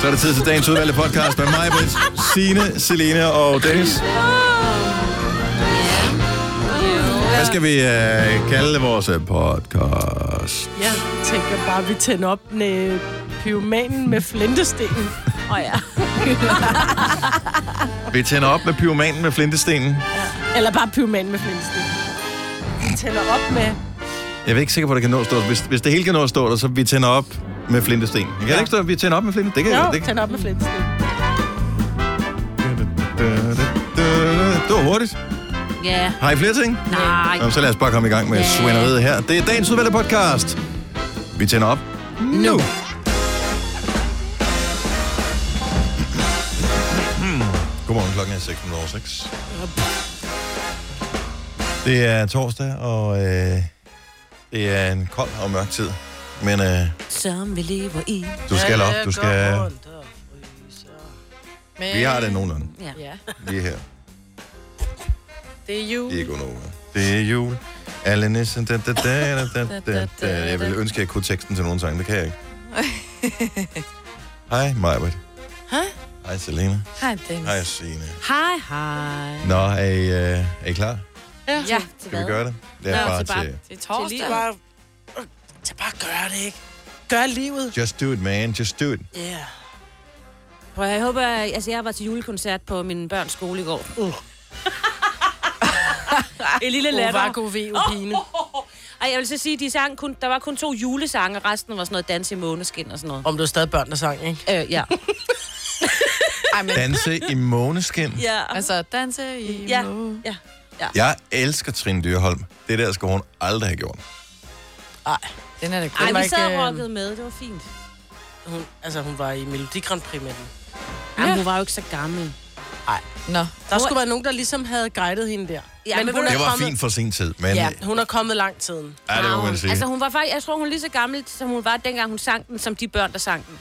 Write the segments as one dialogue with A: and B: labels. A: Så er det tid til dagens udvalgte podcast med mig, Britt, Signe, Selene og Dennis. Hvad skal vi øh, kalde vores øh, podcast?
B: Jeg tænker bare, at vi tænder op med pyromanen med flintestenen.
C: Åh oh, ja.
A: Vi tænder op med pyromanen med flintestenen.
B: Eller bare pyromanen med flintestenen. Vi tænder op med...
A: Jeg er ikke sikker på, at det kan nå at stå. Hvis, hvis det hele kan nå at stå der, så vi tænder op med flintesten. Kan det ikke stå, at vi tænder op med flintesten? Det kan
B: Jo,
A: det kan.
B: tænder op med flintestenen.
A: Det var hurtigt.
C: Ja.
A: Har I flere ting?
C: Nej.
A: Nå, så lad os bare komme i gang med
C: Ja.
A: svineriet her. Det er dagens udvalgte podcast. Vi tænder op nu. Hmm. Godmorgen, klokken er 6.06. Det er torsdag, og øh, det er en kold og mørk tid. Men øh,
C: Som vi lever i.
A: du skal op, du skal...
D: Men,
A: Vi har det nogenlunde
C: Ja.
D: Ja,
A: lige her.
D: det er jul.
A: i Gonova. Det er jul. Alle nissen, da, da, da, da, da, da, da. Jeg ville ønske, at jeg kunne teksten til nogen sang. Det kan jeg ikke. Hej, Majbert.
D: Hej.
A: Hej, Selena.
D: Hej, Dennis.
A: Hej, Signe.
C: Hej, hej.
A: Nå, er I, øh, er I klar?
C: Ja,
A: Skal vi gøre det? Det er
C: Nå,
A: bare
C: til bare-
A: til...
D: Det er
C: torsdag.
D: torsdag. Bare...
B: Så bare gør det, ikke? Gør livet.
A: Just do it, man. Just do it.
B: Yeah.
C: Prøv, at høre, jeg håber, at- altså jeg var til julekoncert på min børns skole i går. Uh. en
B: Uh,
C: lille latter.
B: Uvago veo-pine.
C: Ej, jeg vil så sige, de sang kun, der var kun to julesange, resten var sådan noget dans i måneskin og sådan noget.
B: Om du er stadig børn, der sang, ikke?
C: Øh, ja.
D: Ej, men
A: Danse i måneskin.
C: ja.
D: altså, danse i
C: Ja,
D: månen.
C: ja.
A: Jeg elsker Trine Dyrholm. Det der skal hun aldrig have gjort.
D: Den er da god.
C: Ej,
D: Den var
C: vi sad
D: ikke,
C: og
D: øh,
C: rockede med, det var fint.
B: Hun, altså, hun var i Melodi Grand Prix med den.
C: Jamen, hun var jo ikke så gammel.
D: Nå,
B: Der skulle være nogen, der ligesom havde guidet hende der.
C: Ja, men
B: hun
C: ved
A: Det
C: du-
A: var
B: kommet,
A: fint for sin tid, men... øh, Ja,
B: Ja, hun er kommet langt tiden.
A: det må man
C: Altså,
A: sige.
C: hun var faktisk, jeg tror, hun er lige så gammel, som hun var, dengang hun sang den, som de børn, der sang den.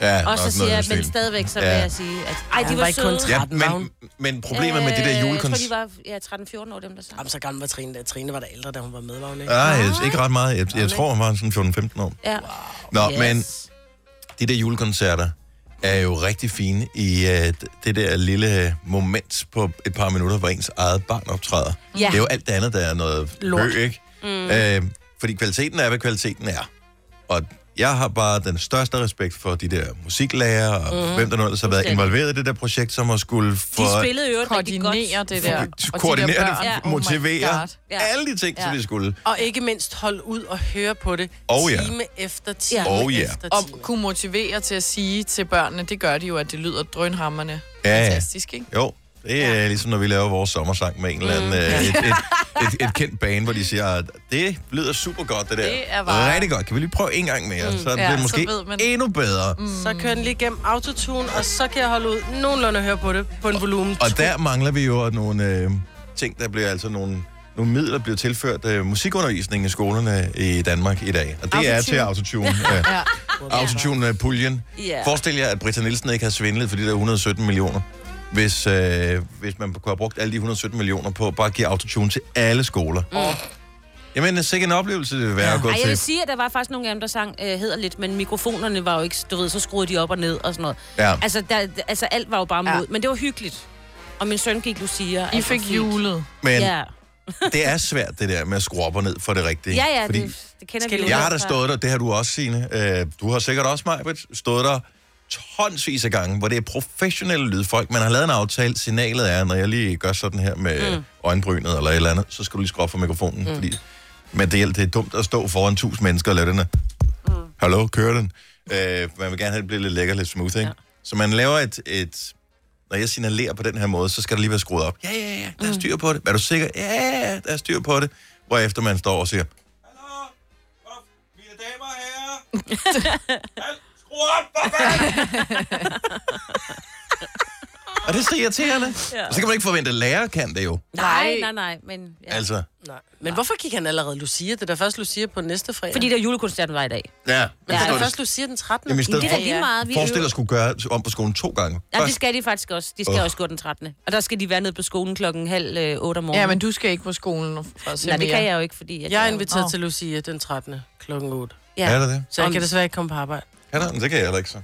A: Ja,
C: Og så
A: nok
C: siger
A: noget i
C: jeg,
A: den
C: men
A: stil.
C: stadigvæk, så vil
A: Ja.
C: jeg sige, at ej, de
B: hun
C: var,
B: var ikke kun
C: søde.
A: Ja,
B: Var hun?
A: men, men problemet med de der
C: Øh, Jeg tror, de
A: julekoncerter...
C: var ja, 13-14 år, dem der sang.
B: Jamen, så gammel var Trine da. Trine var da ældre, da hun var med, var hun ikke?
A: Nej, jeg, ikke ret meget. Jeg, jeg tror, han var sådan 14-15 år.
C: Ja.
A: Nå, yes. men de der julekoncerter er jo rigtig fine i uh, det der lille øh, moment på et par minutter, hvor ens eget barn optræder.
C: Ja.
A: Det er jo alt det andet, der er noget
B: Lort.
A: bøg, ikke? Mm. Uh, fordi kvaliteten er, hvad kvaliteten er. Og jeg har bare den største respekt for de der musiklærer, og mm. hvem der nu ellers har været
C: Fuldstændig.
A: involveret i det der projekt, som har skulle
C: De
A: for
C: spillede jo rigtig godt.
D: koordinere det der.
A: for, koordinere det,
C: Ja,
A: ja,
D: my
C: oh
A: motivere,
D: God.
C: Ja.
A: alle de ting, ja. som de skulle.
B: Og ikke mindst holde ud og høre på det
A: Oh, ja.
B: time efter time
C: Ja.
A: Oh, ja.
B: efter
D: Og
B: time.
D: kunne motivere til at sige til børnene, det gør de jo, at det lyder drønhammerne.
A: Ja, ja.
D: Fantastisk, ikke?
A: Jo, det er ja. ligesom når vi laver vores sommersang med en eller anden, mm. øh, et, et, et, et kendt band, hvor de siger, at det lyder super godt, det der.
D: Det er bare-
A: Rigtig godt. Kan vi lige prøve en gang mere? Mm. Så er det
D: Ja,
A: ja,
D: så
A: måske
D: ved man-
A: endnu bedre. Mm.
B: Så kører den lige gennem autotune, og så kan jeg holde ud nogenlunde at høre på det på en volumen.
A: Og der mangler vi jo nogle øh, ting, der bliver altså nogle, nogle midler, bliver tilført øh, musikundervisningen i skolerne i Danmark i dag. Og det er til autotune. Øh,
D: Ja.
A: Autotune-puljen.
C: Ja.
A: øh, Forestil jer, at Britta Nielsen ikke har svindlet for de der 117 millioner. Hvis, øh, hvis man kunne have brugt alle de 117 millioner på bare at give autotune til alle skoler. Mm. Jamen, sikkert en oplevelse det vil være ja. at gå
C: Ej, jeg
A: til.
C: vil sige, at der var faktisk nogle af dem, der sang øh, hederligt, men mikrofonerne var jo ikke, du ved, så skruede de op og ned og sådan noget.
A: Ja.
C: Altså, der, altså alt var jo bare
D: Ja.
C: mod, men det var hyggeligt. Og min søn gik Lucia.
D: I
C: altså,
D: fik
C: fint.
D: julet.
A: Men ja.
C: Ja,
A: det er svært, det der med at skrue op og ned for det rigtige.
C: ja, ja
A: Fordi
C: det, det kender vi
B: Skal
C: jo
A: jeg har
C: godt
A: da
C: fra-
A: stået der, det har du også, Signe. Øh, du har sikkert også, Majbrit, stået der tonsvis af gange, hvor det er professionelle lydfolk. Man har lavet en aftale. Signalet er, når jeg lige gør sådan her med mm. øjenbrynet eller et eller andet, så skal du lige skrue op for mikrofonen. Mm. Fordi, men det, hjælper- det er dumt at stå foran tusind mennesker og lave den her. Mm. Hallo, kører den? Øh, man vil gerne have, at det bliver lidt lækker, lidt smooth, ikke? Ja. Så man laver et, et... Når jeg signalerer på den her måde, så skal der lige være skruet op. Ja, ja, ja, der er styr på det. Er du sikker? Ja, ja, ja, der er styr på det. Hvorefter man står og siger, mine damer og herrer. Al- Skru op, for fanden! Og det er så irriterende. Ja. Så kan man ikke forvente, at lærer kan det jo.
C: Nej, nej, nej, men... Ja. Altså,
A: Altså,
B: Nej. Men hvorfor gik han allerede Lucia? Det er da først Lucia på næste fredag.
C: fordi der julekoncerten var i dag.
A: ja.
B: Men det er
C: Ja,
B: da
A: ja.
B: først Lucia den 13.
A: Jamen, i stedet
C: Det er da lige meget. Vi
A: Forestil dig
C: øver-
A: at skulle gøre om på skolen to gange.
C: Nej, det
A: Først-
C: skal de faktisk også. De skal
A: Åh.
C: også gå den 13. Og der skal de være nede på skolen klokken halv øh, 8 om morgenen.
D: Ja, men du skal ikke på skolen for at se
C: Nej, det
D: mere.
C: kan jeg jo ikke, fordi... At
B: Jeg er
C: jo-
B: inviteret
D: Åh.
B: oh. til Lucia den 13. klokken 8.
C: Ja.
A: Er det det?
B: Så jeg
C: Om-
B: kan desværre ikke komme på arbejde.
A: Er der? Men det kan jeg heller ikke så.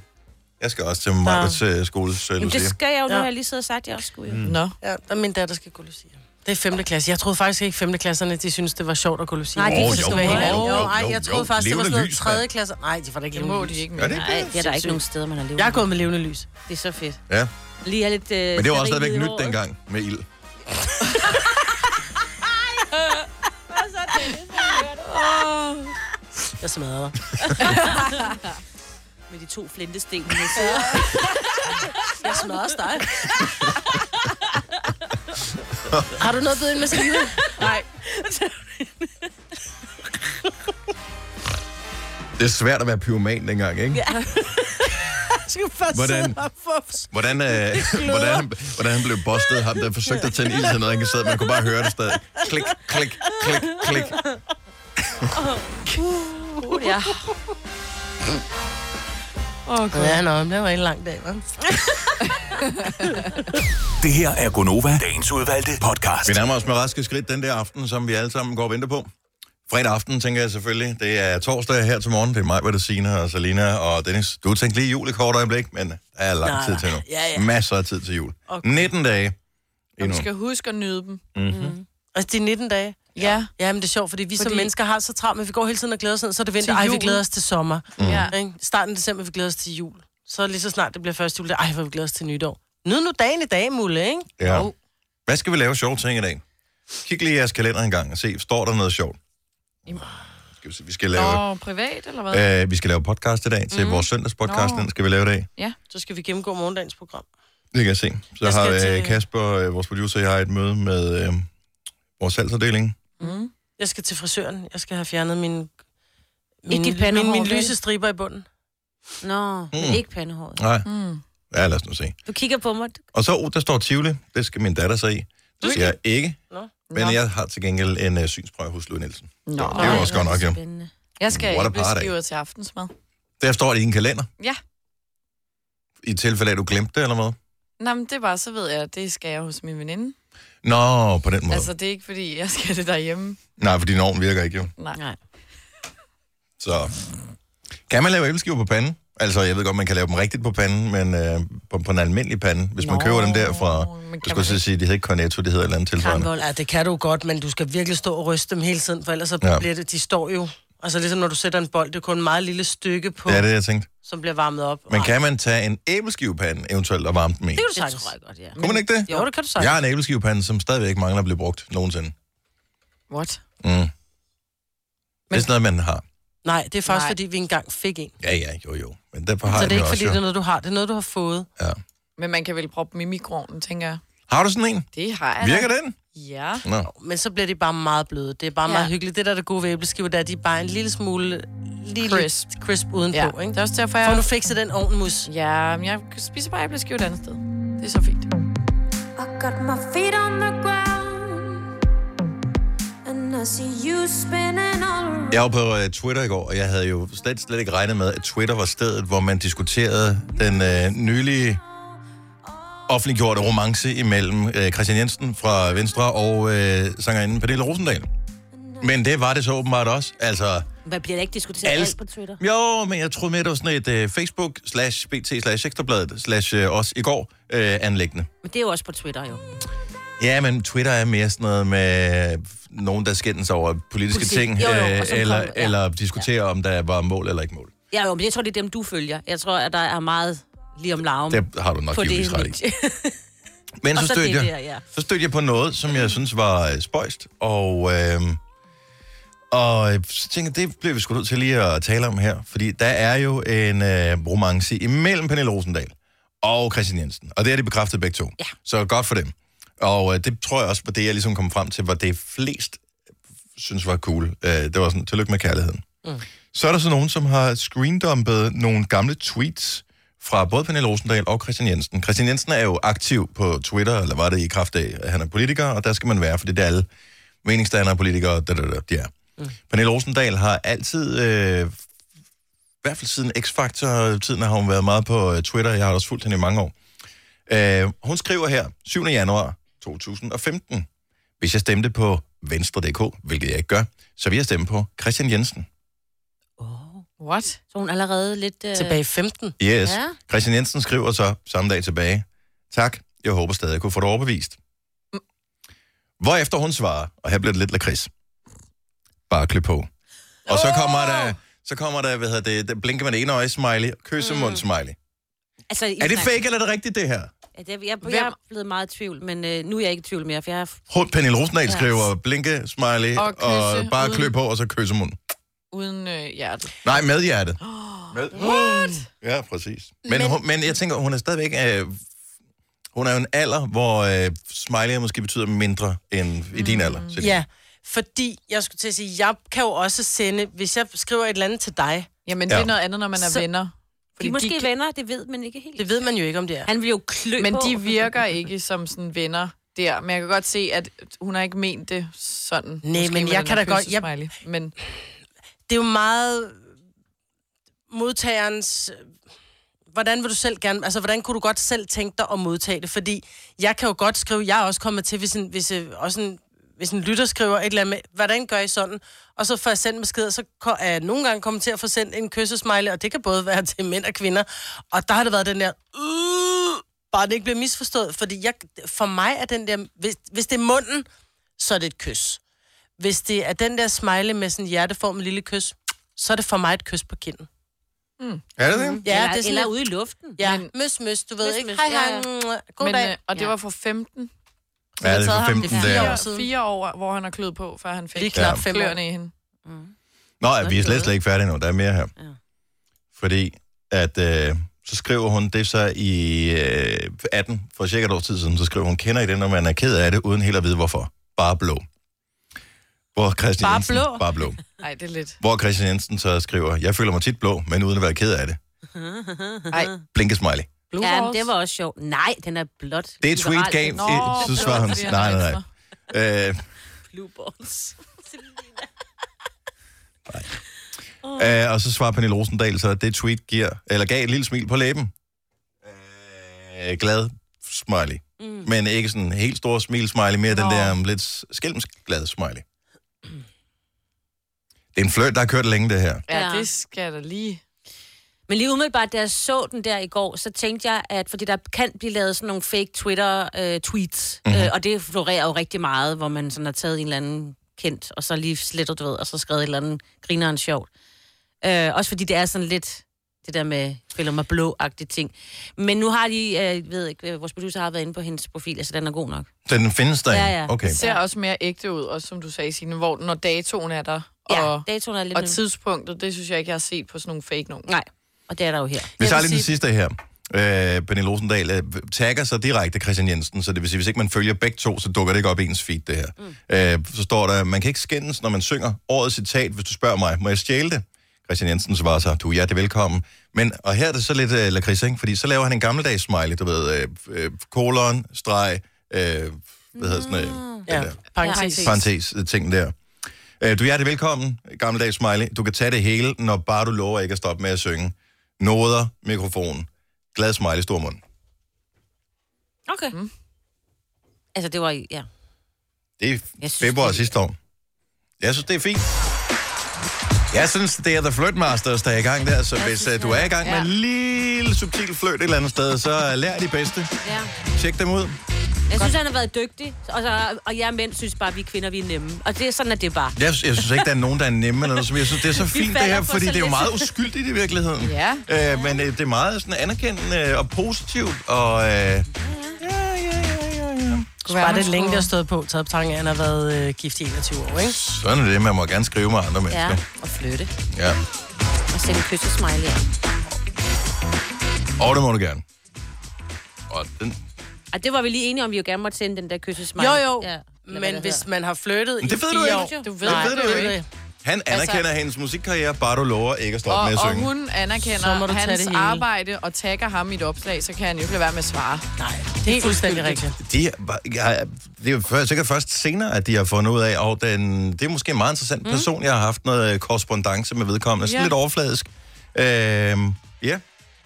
A: Jeg skal også til Majbrits øh, skoles øh,
C: Jamen, det
A: Lucia.
C: skal jeg jo, nu
B: Ja.
C: har jeg lige siddet og sagt, at jeg også skulle. Mm.
D: Nå.
B: Ja, der er min datter skal gå Lucia. Det er 5. klasse. Jeg troede faktisk ikke, 5. klasserne, de synes det var sjovt at gå Lucia.
C: Nej, de
B: Åh,
C: synes, det var
B: jo,
C: helt
B: jo, jo,
A: andet. Jo,
B: ej,
A: jo,
B: jeg troede
A: jo.
B: faktisk, det var
A: Levende
B: sådan noget
A: lys,
B: 3.
A: mand.
B: klasse. Nej, det var da ikke
D: Det
B: levende
D: må
B: lys.
D: de ikke
A: Gør
D: mere.
A: det ikke
C: Nej,
A: det?
C: det er der ikke nogen steder, man har levet.
B: Jeg er gået med levende lys.
C: Det er så fedt.
A: Ja,
C: Lige er lidt... Øh,
A: men det var også
C: stearin i
A: stadigvæk nyt
C: håret.
A: dengang med ild.
B: Jeg smadrer dig.
C: Med de to flintesten, hun har siddet.
B: Jeg smadrer også dig. Har du noget bedre end med Selina? Nej.
A: Det er svært at være pyroman dengang, ikke?
B: Jeg skal først
A: Hvordan?
B: sidde og få
A: Hvordan, øh, hvordan, han- hvordan han blev bustet, ham der forsøgte at tænde ild til noget, han kan sidde, man kunne bare høre det stadig. Klik, klik, klik, klik.
C: Uh, ja.
B: Ja, nå, men det var en lang dag, hva'?
E: Det her er Gonova, dagens udvalgte podcast.
A: Vi nærmer os med raske skridt den der aften, som vi alle sammen går og venter på. Fredag aften, tænker jeg selvfølgelig. Det er torsdag her til morgen. Det er mig, hvad det Signe og Salina og Dennis. Du tænkte lige jul i kort øjeblik, men der er lang
B: Nej,
A: tid til nu.
B: ja, ja.
A: Masser af tid til jul.
B: Okay.
A: 19 dage
D: Og vi
A: endnu.
D: skal huske at nyde dem.
B: Altså, det er 19 dage.
D: Ja.
B: Ja, men det er sjovt, fordi vi fordi... som
D: Fordi-
B: mennesker har så travlt, men vi går hele tiden og glæder os, sådan, så er det vinter.
D: Til
B: Ej, vi
D: jul.
B: glæder os til sommer. Mm.
D: ja.
B: Ikke? Starten af december, vi glæder os til jul. Så lige så snart det bliver første jul, det er, ej, hvor vi glæder os til nytår. Nyd nu dagen i dag, Mulle, ikke?
A: Ja. Hvad skal vi lave sjove ting i dag? Kig lige i jeres kalender en gang og se, står der noget sjovt? Skal vi, se, vi skal lave...
D: Og privat, eller hvad?
A: Øh, vi skal lave podcast i dag til
B: Mhm.
A: mm. vores søndagspodcast.
D: Nå.
A: Den skal vi lave i dag.
B: Så skal vi gennemgå morgendagens program.
A: Det kan jeg se. Så
B: Jeg
A: jeg har
B: skal
A: øh,
B: til-
A: Kasper, øh, vores producer, jeg har et møde med øh, vores salgsafdeling.
D: Mm.
B: Jeg skal til frisøren. Jeg skal have fjernet min...
C: dit
B: min,
C: pandehår,
B: min, min
C: vel?
B: lyse striber i bunden.
C: Nå, men ikke pandehåret.
A: Mm. Nej,
D: Mm.
A: ja, lad os nu se.
C: Du kigger på mig.
A: Og så, oh, der står Tivoli. Det skal min datter sig i. Det skal jeg ikke,
B: Nå.
A: men jeg har til gengæld en øh, synsprøve hos Louis Nielsen.
D: Nå.
A: Det er jo også godt nok, ja.
C: Spændende.
D: Jeg skal
A: What a party.
D: æbleskiver til aftensmad.
A: Der står det i en kalender.
D: Ja.
A: I tilfælde af, at du glemte det eller hvad?
D: Nå, men det er bare, så ved jeg, at det skal jeg hos min veninde.
A: Nå, på den måde. Altså...
D: Altså, det er ikke, fordi jeg skal det derhjemme.
A: Nej, for din ovn virker ikke jo.
D: Nej.
C: Nej.
A: Så kan man lave æbleskiver på panden? Altså, jeg ved godt, man kan lave dem rigtigt på panden, men øh, på, på en almindelig pande. Hvis Nå, man køber dem der fra...
D: Men
A: Jeg
D: kan
A: skulle
D: man...
A: til at sige, at de hedder ikke Cornetto, det hedder et eller andet tilsvarende.
B: Ja, det kan du godt, men du skal virkelig stå og ryste dem hele tiden, for ellers så
A: Ja.
B: ja. bliver det... De står jo... Altså ligesom når du sætter en bold, det er kun et meget lille stykke på,
A: Det er
B: det.
A: det, jeg tænkte.
B: som bliver varmet op.
A: Men
B: Ej,
A: kan man tage en æbleskivepande eventuelt og varme den i?
C: Det kan du
B: sagtens.
C: sagtens. Det tror jeg godt, ja.
A: Kunne man ikke det?
B: Jo, det kan du sagtens.
A: Jeg har en æbleskivepande, som stadigvæk mangler at blive brugt nogensinde.
D: What?
A: Mm. Men... Det er sådan noget, man har.
B: Nej, det er faktisk,
D: Nej.
B: Nej. fordi vi engang fik en.
A: Ja, ja, jo, jo. Men derfor har
B: så
A: jeg
B: det er
A: den
B: ikke,
A: også,
B: fordi
A: jo.
B: det er noget, du har. Det er noget, du har fået.
A: ja.
D: Men man kan vel proppe dem i mikroovnen, tænker jeg.
A: Har du sådan en?
D: Det har jeg da.
A: Virker den?
D: Ja.
A: Nå.
B: Men så bliver de bare meget bløde. Det er bare
D: Ja.
B: ja. meget hyggeligt. Det der er det gode ved æbleskiver, det er, at de er bare en lille smule lige
D: Crisp.
B: lidt crisp udenpå.
D: ja.
B: Ja. Ikke?
D: Det er også derfor,
B: Får
D: jeg...
B: nu fikset den ovnmus.
D: Ja, men jeg spiser bare æbleskiver et andet sted. Det er så fint.
F: I got my feet on the ground, and I see you spinning all around.
A: Jeg var på øh, Twitter i går, og jeg havde jo slet, slet ikke regnet med, at Twitter var stedet, hvor man diskuterede den øh, nylige offentliggjorte romance imellem øh, Christian Jensen fra Venstre og øh, sangerinden Pernille Rosendal. Men det var det så åbenbart også. Altså,
C: Hvad bliver der ikke diskuteret
A: Alle-
C: alt på Twitter?
A: jo, men jeg troede mere, det var sådan et øh, Facebook slash BT slash Ekstrabladet slash øh, os i går øh, anlæggende.
C: Men det er jo også på Twitter, jo.
A: Ja, men Twitter er mere sådan noget med øh, nogen, der skændes over politiske
C: Politik.
A: ting,
C: Jo, jo, og
A: øh,
C: som
A: eller,
C: kom- ja.
A: eller diskuterer, om der var mål eller ikke mål.
C: Ja, jo, men jeg tror, det er dem, du følger. Jeg tror, at der er meget lige om larven
A: Det har du nok
C: på
A: givetvis
C: det
A: ret i.
C: medie.
A: Men
C: Og
A: så
C: så
A: stødte,
C: det
A: jeg,
C: der, ja.
A: så stødte jeg på noget, som jeg synes var øh, spøjst, og, øh, og øh, så tænkte jeg, det bliver vi sgu nødt til lige at tale om her, fordi der er jo en øh, romance imellem Pernille Rosendal og Christian Jensen, og det er de bekræftet begge to.
C: Ja.
A: Så godt for dem. Og øh, det tror jeg også var det, jeg ligesom kom frem til, var det flest øh, synes var cool. Øh, det var sådan, tillykke med kærligheden. Mm. Så er der så nogen, som har screendumpet nogle gamle tweets fra både Pernille Rosendal og Christian Jensen. Christian Jensen er jo aktiv på Twitter, eller var det i kraft af, at han er politiker, og der skal man være, for det er alle meningsdannere, politikere, da, da, da, de er. Mm. Pernille Rosendal har altid, øh, i hvert fald siden X-Factor-tiden, har hun været meget på øh, Twitter. Jeg har også fulgt hende i mange år. Øh, hun skriver her, 7. januar 2015. Hvis jeg stemte på Venstre.dk, hvilket jeg ikke gør, så vil jeg stemme på Christian Jensen.
C: Åh.
D: What?
C: Så hun er allerede lidt... Øh...
B: Tilbage i 15.
A: Yes.
C: Ja.
A: Christian Jensen skriver så samme dag tilbage. Tak, jeg håber stadig, jeg kunne få dig overbevist. Hvorefter hun svarer, og her bliver det lidt lakrids. Bare klø på. Og så kommer der, så kommer der, hvad hedder det, der blinker med det ene øje smiley,
D: Mm.
A: kyssemund smiley.
C: Altså,
A: Er det fake, eller er det rigtigt, det her?
C: Ja, det, jeg, jeg, jeg er blevet meget i tvivl, men øh, nu er jeg ikke i tvivl mere, for jeg har...
A: Hul- Pernille Rosendal skriver blinke, smiley,
D: Og
A: og,
D: kysse
A: og bare
D: uden-
A: klø på, og så kyssemund.
D: Uden øh, hjertet.
A: Nej, med hjertet. Med. What? Ja, præcis. Men, men...
D: Men-
A: Hun, men jeg tænker, hun er stadigvæk... Øh, hun er jo en alder, hvor øh, smiley måske betyder mindre end i din alder. Mm.
B: Ja, fordi jeg skulle til at sige, jeg kan jo også sende, hvis jeg skriver et eller andet til dig,
D: Jamen, det er
A: Ja.
D: noget andet, når man er
B: Så-
D: venner.
C: De
D: Fordi
C: er måske
D: de,
C: de... venner, det ved man ikke helt.
B: det ved man jo ikke, om det er.
C: Han vil jo klø
D: men
C: på.
D: de virker ikke som sådan venner der. Men jeg kan godt se, at hun har ikke ment det sådan. Måske
B: men
D: med
B: jeg
D: den
B: kan
D: her
B: da godt- jeg-
D: kyssesmiley. Men
B: Det er jo meget øh, modtagerens... øh, Hvordan vil du selv gerne... Altså, hvordan kunne du godt selv tænke dig at modtage det? Fordi jeg kan jo godt skrive... Jeg er også kommet til, hvis en, hvis, øh, også en, hvis en lytter skriver et eller andet med, hvordan gør I sådan? Og så får jeg sendt besked, og så ko- er jeg nogle gange kommet til at få sendt en kyssesmiley, og det kan både være til mænd og kvinder. Og der har det været den der... "Øh", Bare det ikke bliver misforstået, fordi jeg, for mig er den der... Hvis, hvis det er munden, så er det et kys. Hvis det er den der smiley med sådan en hjerteformet lille kys, så er det for mig et kys på kinden.
D: Mm.
B: Mm-hmm.
A: Er det det?
B: Ja,
C: eller,
B: det er sådan
C: eller
B: lidt-
C: ude i luften.
B: Ja,
D: Men-
B: møs, møs, du ved
C: Møs,
B: ikke.
C: møs,
B: Hej,
C: ja,
B: hej.
C: ja.
B: mm, God
D: men,
B: dag.
D: øh, og det var for 15.
A: Ja, det
D: taget
A: er for
D: ham
A: 15
B: det er fire
A: dage.
B: år.
D: Fire, fire år, hvor han har kløet på, før han fik
B: Lige knap fem år.
D: kløerne i hende.
A: Nå, ja, vi er slet, slet ikke færdige endnu. Der er mere her. Ja. Fordi at... Øh, så skriver hun det så i øh, 18, for cirka et års tid siden, så skriver hun, kender I det, når man er ked af det, uden helt at vide hvorfor? Bare blå. Hvor Christian
B: Bare
A: Jensen,
B: blå?
A: Bare blå.
D: Nej, det er lidt.
A: Hvor Christian Jensen så skriver, jeg føler mig tit blå, men uden at være ked af det.
D: Ej,
A: Blinke smiley.
D: Blue
C: Ja, men
D: Balls.
C: det var også sjovt. Nej, den er blot.
A: Det er et
C: liberal.
A: sweet game.
D: Nå,
A: Nå, så
D: det
A: svarer
D: var
A: hun,
D: fordi, han
A: nej,
D: var
A: nej, nej. Øh,
C: altså Blue balls.
A: øh, og så svarer Pernille Rosendal, så det tweet giver, eller gav et lille smil på læben. Øh, glad smiley. Mm. Men ikke sådan en helt stor smil smiley, mere Nå. den der um, lidt skælmsk glad smiley. Det er en flirt, der har kørt længe, det her.
D: Ja,
C: Ja.
D: det skal jeg da lige.
C: Men lige umiddelbart, da jeg så den der i går, så tænkte jeg, at fordi der kan blive lavet sådan nogle fake Twitter-tweets, øh, øh, og det florerer jo rigtig meget, hvor man sådan har taget en eller anden kendt, og så lige slettet, du ved, og så skrevet et eller andet grineren sjovt. Øh, også fordi det er sådan lidt det der med spiller mig blå-agtige ting. Men nu har de, øh, ved ikke, øh, vores producer har været inde på hendes profil, altså den er god nok.
A: Så den findes der
C: Ja,
A: ikke?
C: ja.
A: Okay.
D: Det ser også mere ægte ud, også som du sagde, Signe, hvor når datoen er der,
C: Ja,
D: og,
C: datoen er lidt...
D: og tidspunktet, det synes jeg ikke, jeg har set på sådan nogle fake nogen.
C: Nej, og det er der jo her.
A: Vi
B: Jeg
A: tager
B: vil
A: lige den sidste her. Øh, Pernille Rosendal øh, tagger så direkte Christian Jensen, så det vil sige, hvis ikke man følger begge to, så dukker det ikke op i ens feed, det her. Mm. Øh, så står der, man kan ikke skændes, når man synger årets citat, hvis du spørger mig, må jeg stjæle det? Christian Jensen svarer så, du er hjertelig velkommen. Men, og her er det så lidt øh, lakrids, ikke? fordi så laver han en gammeldags smiley, du ved, øh, øh, kolon, streg, øh, hvad hedder sådan noget, mm.
B: Ja, parentes.
C: Ja,
A: parentes, øh, ting der. Øh, du er hjertelig velkommen, gammeldags smiley. Du kan tage det hele, når bare du lover ikke at stoppe med at synge. Noder, mikrofon, glad smiley, stor mund.
C: Okay. Mm. Altså, det var... i- Ja.
A: Det er
C: Jeg synes,
A: februar
C: det er-
A: sidste år. Jeg synes, det er fint. Jeg synes, det er The Flirt Masters, der er i gang der, så hvis øh, du er i gang med en lille subtil fløjt et eller andet sted, så øh, lær de bedste.
C: ja.
A: Tjek dem ud.
C: Jeg synes, han har været dygtig, og, så, og jeg mænd synes bare, at vi kvinder, vi er nemme. Og det, sådan er det bare.
A: Jeg, jeg synes ikke, der er nogen, der er nemme eller noget, som jeg synes, det er så fint det
C: falder
A: her,
C: for
A: fordi
C: så
A: det er jo
C: lidt.
A: meget uskyldigt i virkeligheden.
D: Ja.
A: Øh, men øh, det er meget sådan anerkendende og positivt, og... Øh, ja, ja, ja, ja, ja.
B: Bare det længe, der har stået på, taget på tanken, at han har været øh, gift i 21 år, ikke?
A: Sådan er det, man må gerne skrive med andre
C: Ja,
A: mennesker.
C: og flytte.
A: Ja.
C: Og sende kyssesmiley af.
A: Og det må du gerne. Og den,
C: Og det var vi lige enige om, vi jo gerne måtte sende den der kyssesmiley.
B: Jo, jo.
C: Ja. Eller hvad
B: Men
C: det
B: hvis
C: hedder.
B: man har flyttet
A: Men det
B: i
A: ved du
B: fire
A: ikke.
B: år...
D: Du ved
B: Nej,
A: det ved du
B: ved
A: ikke. han anerkender altså, hendes musikkarriere, bare du lover ikke at stoppe
D: Og,
A: med at
D: og
A: synge.
D: hun
B: Så må
D: anerkender
B: du tage det
D: hans
B: hele.
D: arbejde og tagger ham i et opslag, så kan han jo ikke lade være med at svare.
B: Nej, det er fuldstændig rigtigt.
A: De, var- jeg, det er jo før- sikkert først senere, at de har fundet ud af, og den, det er måske en meget interessant person, jeg har haft noget øh, korrespondence med vedkommende. Sådan
D: Ja.
A: lidt overfladisk. Øh, Ja. yeah.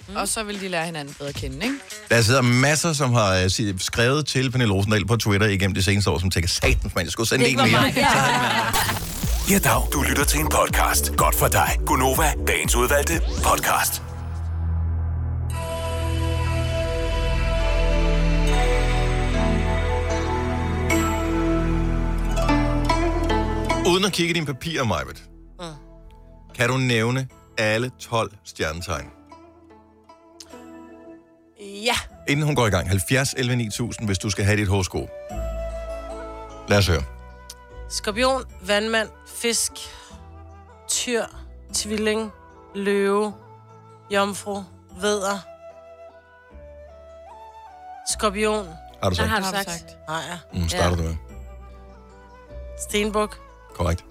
D: Mm. Og så vil de lære hinanden bedre at kende, ikke?
A: Der sidder masser, som har øh, si- skrevet til Pernille Rosendal på Twitter igennem de seneste år, som tænker, satans mand, jeg skulle sende en
C: var
A: mere.
C: mig. Ja.
E: Ja, dag. Du lytter til en podcast. Godt for dig. Gunova, dagens udvalgte podcast.
A: Uden at kigge i dine papirer, Majbet, kan du nævne alle 12 stjernetegn?
B: Ja.
A: Inden hun går i gang, 70 11 9000, hvis du skal have dit horoskop. Lad os høre.
B: Skorpion, vandmand, fisk, tyr, tvilling, løve, jomfru, væder. Skorpion,
A: Har du
C: Der
A: sagt?
C: har
A: Har...
D: Har
C: du
D: du
C: sagt.
D: sagt.
B: ejer,
A: Mm, starter du med.
B: stenbuk.
A: Korrekt.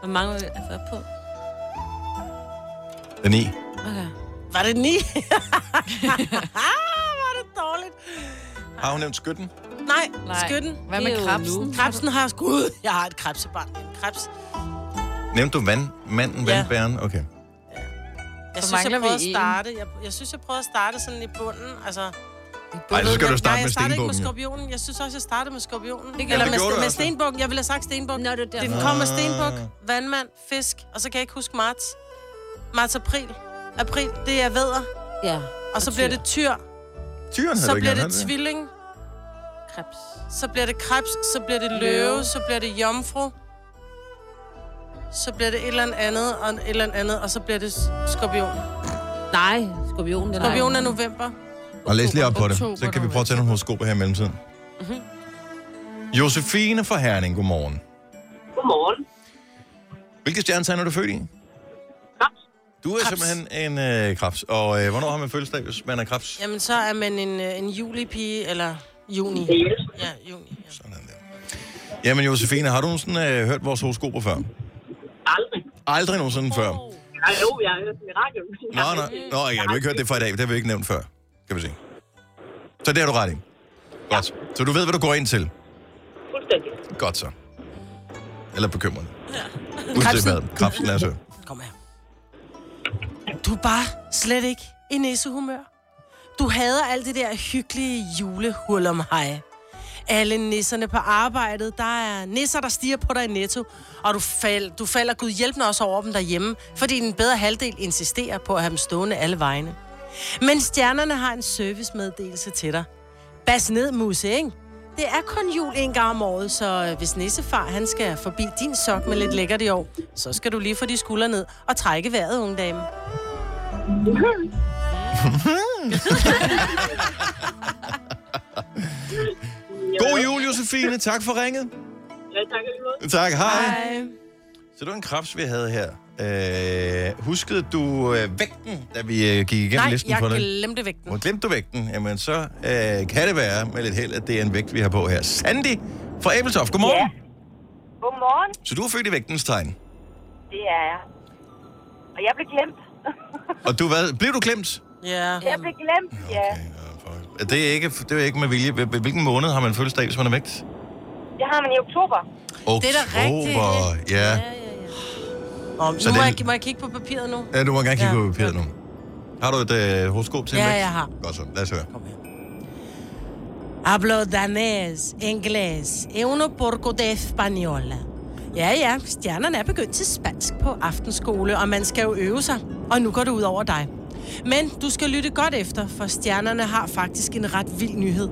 C: Hvor mange er vi oppe på?
A: Den 9.
C: Okay.
B: Var det ni? Ah, Var det dårligt.
A: Har hun nævnt skytten?
B: Nej,
D: Nej.
B: Nej. skytten.
D: Hvad med
C: Det er jo
D: krebsen?
C: nu.
B: Krebsen har skud. Jeg har et krebsebarn. En krebs.
A: Nævnte du vand, manden,
B: Ja.
A: vandbæren?
B: Jeg
A: Okay.
D: Så
B: synes, jeg
D: mangler vi
B: prøver at
D: en.
B: starte. Jeg, jeg synes, jeg prøver at starte sådan i bunden. Altså,
A: Ej, så skal
B: jeg-
A: du starte
B: Nej,
A: med
B: jeg starter ikke med
A: stenbukken. jo.
B: skorpionen. Jeg synes også, jeg starter med skorpionen. Det
A: gjorde
B: Eller
A: du
B: med,
A: også.
B: med stenbukken. Jeg ville have sagt stenbukken.
C: Nå, det er derfor.
B: det kommer
A: Ah.
B: stenbuk, vandmand, fisk, og så kan jeg ikke huske marts. Marts-april. April, det er vædder.
C: Ja.
B: Og så bliver det tyr.
A: Tyren havde
B: Så
A: du ikke
B: bliver
A: nævnt,
B: det
A: havde du
B: tvilling.
C: Krebs.
B: Så bliver det krebs. Så bliver det
C: Løve.
B: løve. Så bliver det jomfru. Så bliver det et eller andet, og et eller andet, og så bliver det skorpion.
C: Nej, skorpionen. Den
B: Skorpion er november.
A: Og læs lige op på det,
D: Oktober,
A: så kan vi
D: november.
A: prøve at tage nogle horoskoper her i mellemtiden. Josefine fra Herning, godmorgen.
G: Godmorgen.
A: Hvilke stjernetegn er du født i?
G: Krebs.
A: Du er
B: Krebs.
A: simpelthen en øh, krebs. Og øh, hvornår har man fødselsdag, hvis man er krebs?
B: Jamen, så er man en, øh, en julipige, eller juni. Ja, juni. Ja.
A: Sådan der. Jamen, Josefine, har du sådan, øh, hørt vores horoskoper før?
G: Aldrig.
A: Aldrig nogensinde før.
G: Nej, jo, jeg har hørt den i radioen.
A: Nå, nej. Nå, jeg har jo ikke hørt det fra i dag. Det har vi ikke nævnt før, kan vi se. Så det har du ret i. Godt. Så du ved, hvad du går ind til.
G: Fuldstændig.
A: Godt så. Eller bekymrende. Krebsen. Krebsen, lad os høre.
B: Kom her. Du er bare slet ikke i nissehumør. Du hader alt det der hyggelige julehul om hej. Alle nisserne på arbejdet, der er nisser, der stiger på dig i netto. Og du, fald, du falder gud hjælpende også over dem derhjemme, fordi den bedre halvdel insisterer på at have dem stående alle vegne. Men stjernerne har en servicemeddelelse til dig. Bas ned, Musse, ikke? Det er kun jul en gang om året, så øh, hvis nissefar han skal forbi din sok med lidt lækkert i år, så skal du lige få de skuldre ned og trække vejret, unge dame.
A: God jul, Josefine. Tak for ringet.
G: Ja, tak alligevel.
A: Tak, hej. hej. Så det var en krebs, vi havde her. Øh, huskede du øh, vægten, da vi øh, gik igennem
B: Nej,
A: listen
B: jeg
A: for dig?
B: glemte vægten.
A: Og glemte du vægten, jamen så øh, kan det være med lidt held, at det er en vægt, vi har på her. Sandy fra Abeltoft, godmorgen.
G: Ja. Godmorgen.
A: Så du er født i vægtens tegn.
G: Det er jeg. Og jeg blev glemt.
A: Og du hvad? Blev du klemt?
B: Ja.
G: Jeg blev glemt, ja.
A: Okay, ja, for- det er ikke, det er ikke med vilje. Hvil- Hvilken måned har man fødselsdag, hvis man er vægt?
G: Det har man i oktober.
A: Oktober,
B: Det er da rigtigt.
A: ja.
B: Og nu
A: Så
B: må,
A: den-
B: jeg, må jeg kigge på papiret nu.
A: ja. du må gerne kigge
B: Ja.
A: på papiret nu. Har du et øh, horoskop til en
B: Ja,
A: vægt?
B: jeg har.
A: Godt så, lad os høre.
B: Hablo danés, inglés, e uno porco de española. Ja, ja, stjernerne er begyndt til spansk på aftenskole, og man skal jo øve sig. Og nu går det ud over dig. Men du skal lytte godt efter, for stjernerne har faktisk en ret vild nyhed.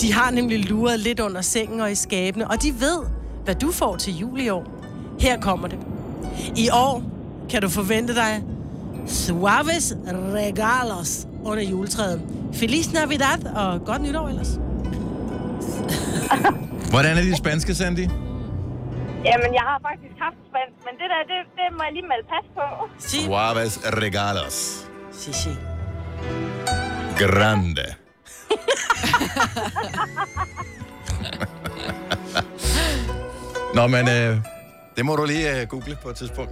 B: De har nemlig luret lidt under sengen og i skabene, og de ved, hvad du får til jul i år. Her kommer det. I år kan du forvente dig suaves regalos under juletræet. Feliz Navidad og godt nytår ellers.
A: Hvordan er de spanske, Sandy?
G: Jamen, jeg har faktisk haft spansk, men det der, det, det må jeg lige melde pas på.
B: Si,
A: Suaves regalos.
B: si, si.
A: Grande. Nå, men øh, det må du lige øh, google på et tidspunkt.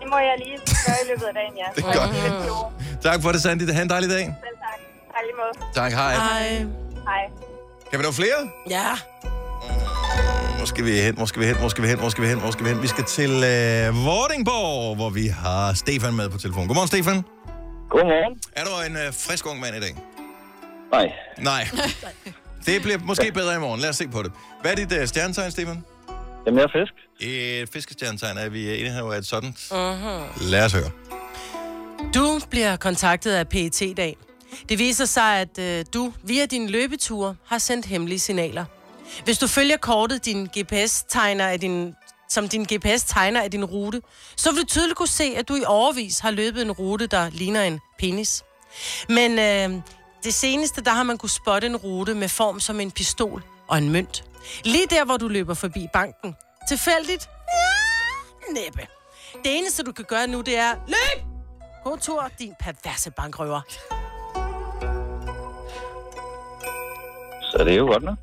G: Det må jeg lige gøre i løbet af dagen, ja.
A: Det er godt. Tak for det, Sandy. Ha' en dejlig dag.
G: Selv tak. Tak i lige måde.
A: Tak, hej.
B: Ej.
G: Hej.
A: Kan vi nå flere?
B: Ja.
A: Hvor skal vi hen? Hvor skal vi hen? Hvor skal vi hen? Hvor skal vi hen? Hvor skal vi hen? Vi skal til øh, Vordingborg, hvor vi har Stefan med på telefon. Godmorgen, Stefan.
H: Godmorgen.
A: Er du en øh, frisk ung mand i dag?
H: Nej,
A: Nej. Det bliver måske bedre i morgen. Lad os se på det. Hvad er dit øh, stjernetegn, Stefan?
H: Jamen, jeg er fisk.
A: Et fiskestjernetegn er vi inde her, er et sådan. Lad os høre.
B: Du bliver kontaktet af PET i dag. Det viser sig, at øh, du via dine løbeture har sendt hemmelige signaler. Hvis du følger kortet, din GPS tegner af din, som din GPS tegner af din rute, så vil du tydeligt kunne se, at du i overvis har løbet en rute, der ligner en penis. Men øh, det seneste, der har man kunne spotte en rute med form som en pistol og en mønt. Lige der, hvor du løber forbi banken. Tilfældigt? Ja, næppe. Det eneste, du kan gøre nu, det er løb! God tur, din perverse bankrøver.
H: Så det er jo godt nok.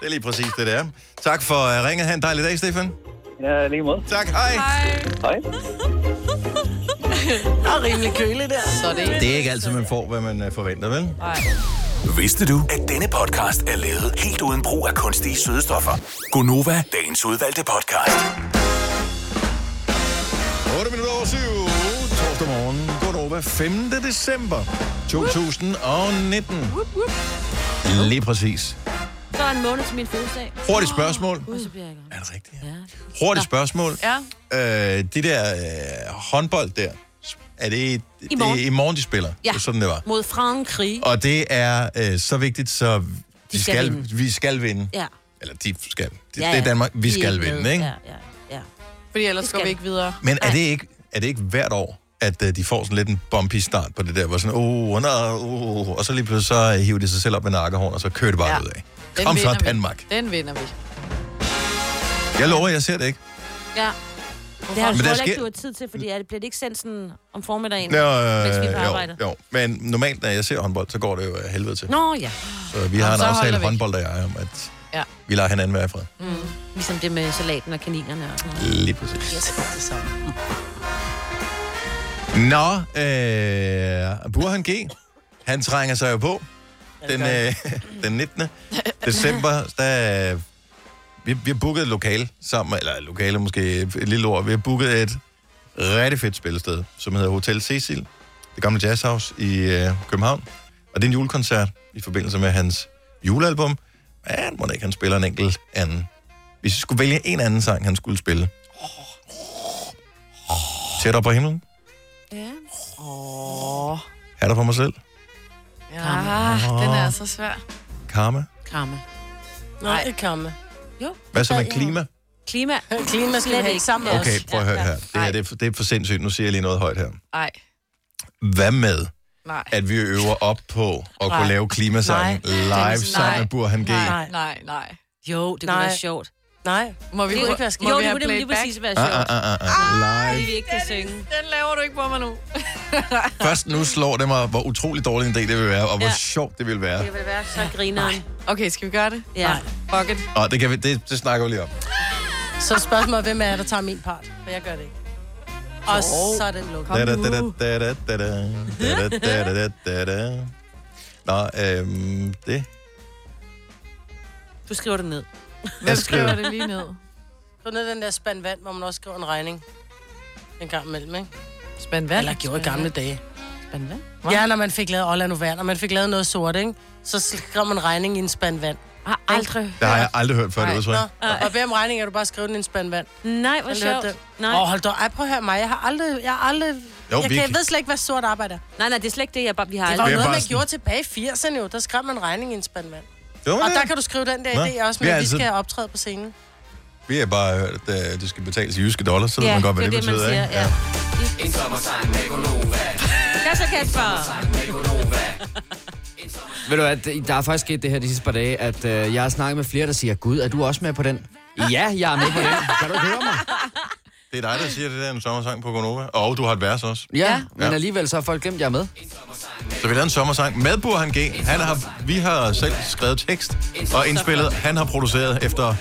A: Det er lige præcis det, det er. Tak for øh, ringet. Ha' en dejlig dag, Stefan.
H: Ja, lige måde.
A: Tak, hej.
H: Hej.
B: Og rimelig kølig der.
D: Så er det ikke.
A: Det er ikke altid, man får, hvad man øh, forventer, vel?
E: Vidste du, at denne podcast er lavet helt uden brug af kunstige sødestoffer? Gonova, dagens udvalgte podcast.
A: 8 minutter over 7. Torsdag morgen. Godnova. 5. december 2019. Lige præcis.
C: Så er en måned til min fødselsdag.
A: Hurtigt spørgsmål.
C: Gud, så bliver jeg i gang.
A: Er det rigtigt?
C: Ja.
A: Hurtigt spørgsmål.
D: Ja.
A: Øh, de der øh, håndbold der, er det i, det
C: morgen.
A: er i morgen, de spiller? Det
C: Ja.
A: var Sådan det var.
C: Mod Frankrig.
A: Og det er øh, så vigtigt, så de, de
C: skal
A: skal,
C: vinde.
A: skal vi skal vinde.
C: Ja.
A: Eller de skal. Det,
C: Ja,
A: ja, det er
C: ja.
A: Danmark. Vi
C: er
A: skal
C: med.
A: vinde, ikke?
C: Ja, ja, ja.
D: Fordi ellers går
C: skal
D: vi
C: vi.
D: ikke videre.
A: Men er det ikke, er det ikke hvert år, at øh, de får sådan lidt en bumpy start på det der, hvor sådan, åh, oh, no, oh, og så lige pludselig så øh, hiver de sig selv op med nakkehorn, og så kører det bare ja.
D: Ja.
A: ud af.
D: Den
A: Kom så,
D: vinder vi.
A: Danmark.
D: Den vinder vi.
A: Jeg lover, jeg ser det ikke.
C: ja. Det har
A: Men
C: du
A: der
C: heller ikke,
A: sker-
C: du har tid til, fordi er det, bliver det ikke sendt sådan om formiddagen, mens vi er på
A: Nå,
C: arbejde?
A: øh, jo, jo, men normalt, når jeg ser håndbold, så går det jo af helvede til.
C: Nå ja,
A: Så vi har en
D: så holder
A: aftale
D: vi.
A: håndbold, der jeg om, at
D: Ja.
A: vi lader hinanden være i fred.
B: Mm.
C: ligesom det med salaten og kaninerne og sådan noget.
A: Lige præcis. Nå, øh, Burhan G, han trænger sig jo på. Den, øh, den 19. december, der, øh, vi, vi har booket et lokale sammen, eller et lokale måske et lille ord. Vi har booket et rigtig fedt spillested, som hedder Hotel Cecil, det gamle jazzhouse i øh, København. Og det er en julekoncert i forbindelse med hans julealbum. Men må da ikke, han spiller en enkelt anden. Hvis jeg skulle vælge en anden sang, han skulle spille. Tæt op på himlen.
C: Ja.
A: Er der for mig selv?
D: Ja, Ah, den er så svær.
A: Karma.
C: Kramme.
B: Nå, det kommer.
C: Jo.
A: Hvad så
C: Ja,
A: med
C: ja.
A: klima?
C: Klima.
B: Klima skal vi
C: Slet
B: have
C: ikke.
B: sammen med
A: Okay,
B: os.
A: prøv at høre her. Det, her,
D: Nej.
A: det, er, for- det er for sindssygt. Nu siger jeg lige noget højt her.
D: Nej,
A: Hvad med,
D: nej.
A: at vi øver op på at kunne
B: Nej.
A: lave klimasangen
B: Nej.
A: live sammen med Burhan G?
D: Nej, nej, nej.
C: Jo, det kunne
B: Nej.
C: være sjovt.
B: Nej.
D: Må vi,
B: Det
D: det
B: kunne
D: må,
B: ikke være skidt.
D: må
C: jo,
D: vi
C: det
D: have
C: kunne nemlig lige
D: playback?
C: præcis være
A: Ah,
C: sjovt.
A: ah, ah, ah, ah.
C: Fordi
A: Live.
C: vi ikke kan synge.
D: Den laver du ikke på mig nu.
A: Først nu slår det mig, hvor utrolig dårlig en idé det vil være, og hvor
C: Ja.
A: sjovt det vil være.
C: Det vil være så grineren.
D: Okay, skal vi gøre det?
C: Ja.
D: Fuck it.
A: Og det, kan vi, det, det snakker vi lige om.
B: Så spørgsmålet, hvem er det, der tager min part? For jeg gør det ikke. Og så er den lukket.
A: Da, da, da, da, da, da, da, da, da, da, da, da, da, da. Nå, øhm, det...
C: Du skriver det ned.
D: Hvem skriver det lige ned?
B: Skriv ned den der spand vand, hvor man også skriver en regning. En gang imellem, ikke?
D: Spænd vand.
B: Eller gjorde i gamle dage.
C: Spændende.
D: Hva?
B: Ja, når man fik lavet Ola Novand, og man fik lavet noget sort, ikke? Så skrev man regning i en spand vand.
C: Har aldrig.
A: Det har jeg aldrig hørt før, det udtryk.
B: Nå, og hvem regning er du bare skrevet den i en spand vand?
C: Nej, hvor
B: Har du hørt
C: sjovt.
B: det?
C: Nej.
B: Åh, hold da. Ej, prøv at høre mig. Jeg har aldrig... Jeg, har aldrig,
A: Jo,
B: jeg,
A: vi
B: kan, jeg
A: kan-
B: ved slet ikke, hvad sort arbejde er.
C: nej, nej, det er slet ikke det, jeg bare, vi har
B: Det var
A: Det
B: jo
A: er
C: aldrig.
B: noget,
A: bare
B: man
A: sådan-
B: gjorde tilbage i 80'erne jo. Der skrev man regning i en spand vand.
A: Det var
B: Og
A: det.
B: der kan du skrive den der
A: Nå,
B: idé også
A: vi
B: med,
A: er
B: at vi
A: altid-
B: skal optræde på scenen.
A: Vi har bare hørt, at øh, det skal betales i jyske dollars, så ved
C: Ja,
A: man godt, hvad
C: det
A: det,
C: er det, man
A: betyder.
C: siger,
A: ikke?
C: ja. Hvad så, Kasper?
I: Ved du hvad, der er faktisk sket det her de sidste par dage, at øh, jeg har snakket med flere, der siger, Gud, er du også med på den? Ja, jeg er med på den. Kan du ikke høre mig?
A: Det er dig, der siger, det der er en sommersang på Gonova. Og du har et vers også.
I: Ja,
C: Ja.
I: ja. men alligevel så har folk glemt, jeg er med.
A: Så vi lavede en sommersang med Burhan G. Han har, vi har selv skrevet tekst og indspillet. Han har produceret efter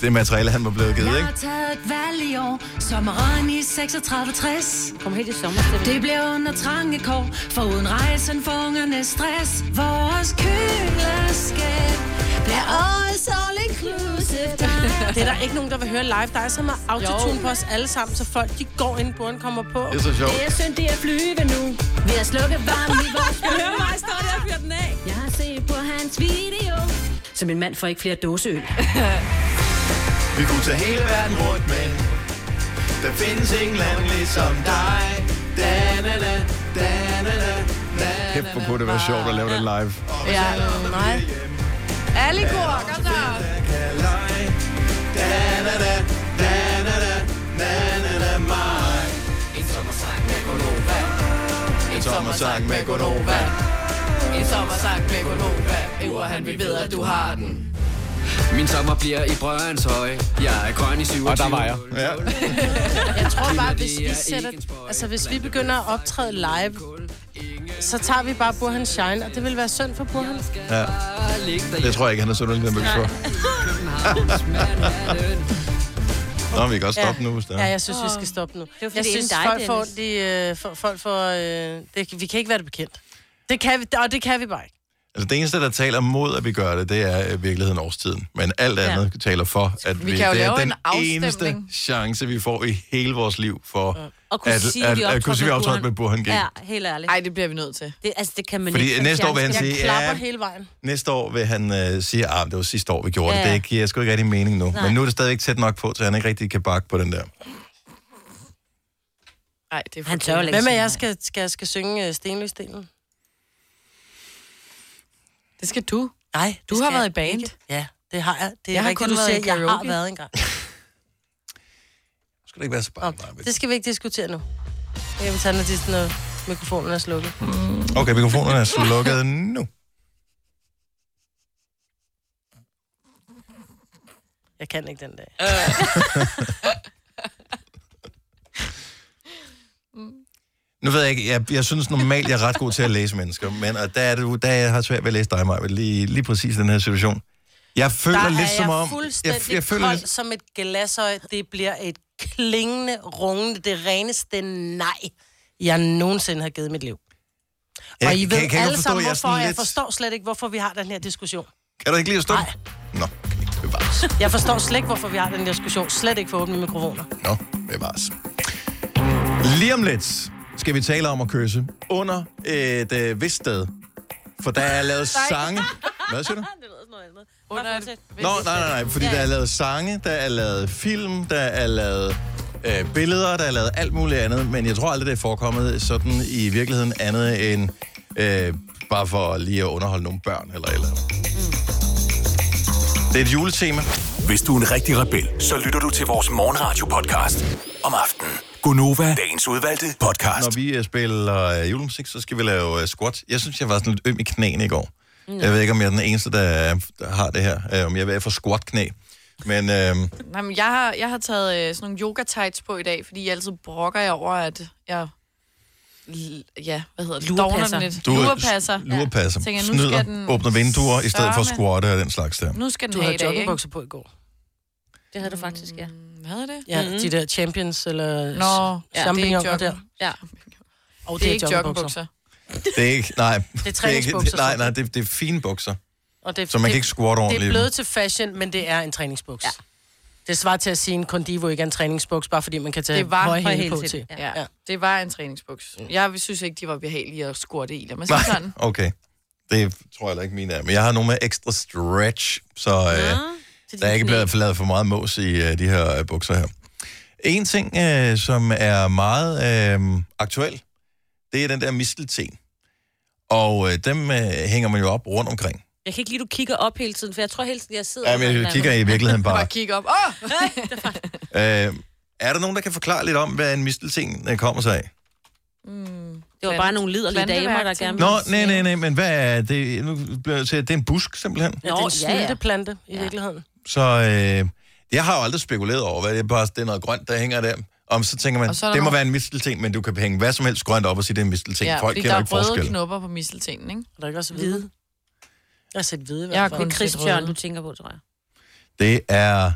A: det materiale, han var blevet givet, ikke?
J: taget et valg i år, sommeren i 36-60.
C: Kom helt i sommer til det.
J: Det blev under trange kår, for uden rejsen for ungerne stress. Vores køleskab bliver årets all inclusive
B: Det er der ikke nogen, der vil høre live. Der er så meget autotune på os alle sammen, så folk de går ind, buren kommer på.
A: Det er så sjovt.
J: Det er synd, det er flyve nu. Vi har slukket varmen i vores
C: Hør mig, står der og fyrer den af.
J: Jeg har set på hans video,
K: Så min mand får ikke flere dåseøl.
L: Vi kunne tage hele verden rundt, men der findes ingen land ligesom dig. Da-na-na, da-na-na, da-na-na.
A: Kæft, hvor kunne det være sjovt at lave det live.
D: Ja, nej. Alle i kor, kom så.
L: Da-na-na, da-na-na, da-na-na, mig. En sommersang med Gonova. En sommersang med Gonova.
D: En sommersang med Gonova. Øver han, vi ved, at du har den.
I: Min sommer bliver i Brørens Høje. Jeg er grøn i 27. Og der var jeg. Ja.
B: Jeg tror bare, hvis vi, sætter, altså, hvis vi begynder at optræde live, så tager vi bare Burhan Shine, og det vil være synd for Burhan.
A: Ja. Det tror jeg ikke, han er sådan en nervøs for. Nå, vi kan godt stoppe nu, hvis det er.
B: Ja, jeg synes, vi skal stoppe nu.
C: Det var fordi,
B: jeg
C: det er
B: synes,
C: inden
B: folk
C: dig,
B: får,
C: Dennis.
B: de, øh, for, folk får øh, det, vi kan ikke være det bekendt. Det kan vi, og det kan vi bare ikke.
A: Altså, det eneste, der taler mod, at vi gør det, det er i virkeligheden årstiden. Men alt
B: Ja.
A: andet taler for, at vi,
B: kan jo
A: det er
B: lave
A: den
B: en afstemning.
A: eneste chance, vi får i hele vores liv for
C: Og kunne
A: at,
C: sige,
A: at,
C: vi
A: at, at kunne sige, vi
C: optrådte
A: optrådte med Burhan G.
C: Ja, helt ærligt.
D: Nej, det bliver vi nødt til.
C: Det, altså, det kan man
A: Fordi
C: ikke. få
A: næste år vil han
C: fjernsyn.
A: sige,
B: Klapper
A: Ja.
B: hele vejen.
A: Næste år vil han øh, sige, at ah, det var sidste år, vi gjorde
B: Ja,
A: ja. det.
B: ja.
A: Det giver sgu ikke rigtig mening nu.
B: Nej.
A: Men nu er det stadigvæk tæt nok på, så han ikke rigtig kan bakke på den der.
D: Nej, det er for
B: Han
D: dumt.
B: tør ikke. Hvem af jer skal, skal, skal synge øh, Stenløsdelen?
D: Det skal du.
B: Nej,
D: Du
B: det
D: har
B: skal
D: været i
B: jeg
D: band.
B: ikke. Ja, det har jeg. Det er
D: Jeg har
B: rigtigt,
D: kun
B: du
D: været
B: siger,
D: i
B: jeg har
D: karaoke.
B: været engang.
A: Skal det ikke være så bare
B: Det skal vi ikke diskutere nu. Jeg vil tage noget til, når mikrofonen er slukket.
A: Mm. Okay, mikrofonen er slukket nu.
B: Jeg kan ikke den dag.
A: Nu ved jeg ikke, jeg, jeg synes normalt, jeg er ret god til at læse mennesker, men og der, er det, jo- der jeg har svært ved at læse dig, Maja, lige, lige præcis i den her situation. Jeg føler
B: Der
A: lidt
B: er
A: som
B: jeg
A: om...
B: fuldstændig
A: jeg føler
B: kold
A: lidt,
B: som et glasøj. Det bliver et klingende, rungende, det reneste nej, jeg nogensinde har givet mit liv.
A: jeg,
B: og I
A: kan-
B: ved
A: kan, ikke
B: alle
A: forstå,
B: sammen,
A: jeg er
B: hvorfor.
A: sådan
B: Jeg,
A: lidt-
B: forstår slet ikke, hvorfor vi har den her diskussion.
A: Kan du ikke lige at stoppe? Nå, bevares.
B: Jeg forstår slet ikke, hvorfor vi har den her diskussion. Slet ikke for åbne mikrofoner.
A: Nå, bevares. Lige om lidt skal vi tale om at kysse under et øh, vist sted. For der er lavet sange... Hvad siger du?
D: Under et...
A: Nå, nej, nej, nej, fordi ja. der er lavet sange, der er lavet film, der er lavet øh, billeder, der er lavet alt muligt andet, men jeg tror aldrig, det er forekommet sådan i virkeligheden andet end øh, bare for lige at underholde nogle børn eller et eller andet. Det er et juletema.
E: Hvis du er en rigtig rebel, så lytter du til vores morgenradio-podcast om aftenen. Gunova, dagens udvalgte podcast.
A: Når vi øh, spiller øh, julemusik, så skal vi lave øh, squat. Jeg synes, jeg var sådan lidt øm i knæene i går.
D: Mm.
A: Jeg ved ikke, om jeg er den eneste, der, øh, der har det her. Øh, om jeg er ved at få squat-knæ. Men øh,
D: Nej, men jeg har, jeg har taget øh, sådan nogle yoga tights på i dag, fordi jeg altid brokker jeg over, at jeg... l- Ja, hvad hedder det?
A: Lurepasser.
D: Dovner den lidt.
A: Du er-
D: lurepasser.
A: lurepasser,
D: Ja.
A: ja.
D: Tænker, jeg, nu
A: snyder,
D: skal den Mm.
A: åbner vinduer, i stedet for at
D: sørme-
A: squatte og den slags der.
D: Nu skal den
B: Du
D: have
B: havde
D: i dag, ikke?
B: joggingbukser på i går.
C: Det havde du faktisk, ja.
D: Havde det?
B: Ja,
D: Mhm.
B: mm-hmm. de der champions eller
D: Nå, ja, det er
B: champignoner
D: ikke
B: der.
D: jogging.
C: Ja.
B: Og
D: det, er ikke joggingbukser.
A: Det er ikke, nej. Det er ikke,
B: træningsbukser,
A: nej, nej, det, det er fine bukser.
B: Og det,
A: Så man kan
B: det-
A: ikke squatte ordentligt
B: Det er
A: i dem.
B: blevet til fashion, men det er en træningsbuks. Ja. Det svarer til at sige, at en Condivo ikke er en træningsbuks, bare fordi man kan tage
D: Det var
B: høje hæle på til.
D: Ja. ja. Det var en træningsbuks.
A: Mm.
D: Jeg synes ikke, de var behagelige at skurte i. Lad mig sige sådan.
A: Okay. Det tror jeg heller ikke, mine er. Men jeg har nogle med ekstra stretch, så øh, der er ikke blevet lavet for meget mås i øh, de her øh, bukser her. En ting, øh, som er meget øh, aktuel, det er den der mistelten. Og øh, dem øh, hænger man jo op rundt omkring.
C: Jeg kan ikke lide, du kigger op hele tiden, for jeg tror hele tiden, jeg sidder...
A: Ja, men jeg kigger i virkeligheden bare. Bare
D: kigger op. Åh!
A: Øh, er der nogen, der kan forklare lidt om, hvad en mistelten øh, kommer sig af?
C: Det var bare nogle liderlige damer, der gerne
A: Nå, nej, nej, nej, men hvad er det? Nu bliver jeg til, at det er en busk, simpelthen.
B: Ja, det er en
C: Nå, ja, ja.
B: snylteplante i virkeligheden.
A: Så øh, jeg har jo aldrig spekuleret over, hvad det er, bare det er noget grønt, der hænger der. Om så tænker man,
D: Og
A: så
D: så er
A: det
D: der
A: må
D: nogle-
A: være en mistelting, men du kan hænge hvad som helst grønt op og sige, det er en mistelting. Ja, Folk
D: fordi
A: kender
D: der
A: ikke
D: er røde
A: forskel.
D: knopper på misteltenen, ikke?
B: Og der er ikke også hvide. Jeg har set hvide i
D: Jeg har
B: hvert fald.
D: kun
B: Det er
D: set
B: Christian,
D: røde.
B: du
C: tænker på, tror jeg.
A: Det er...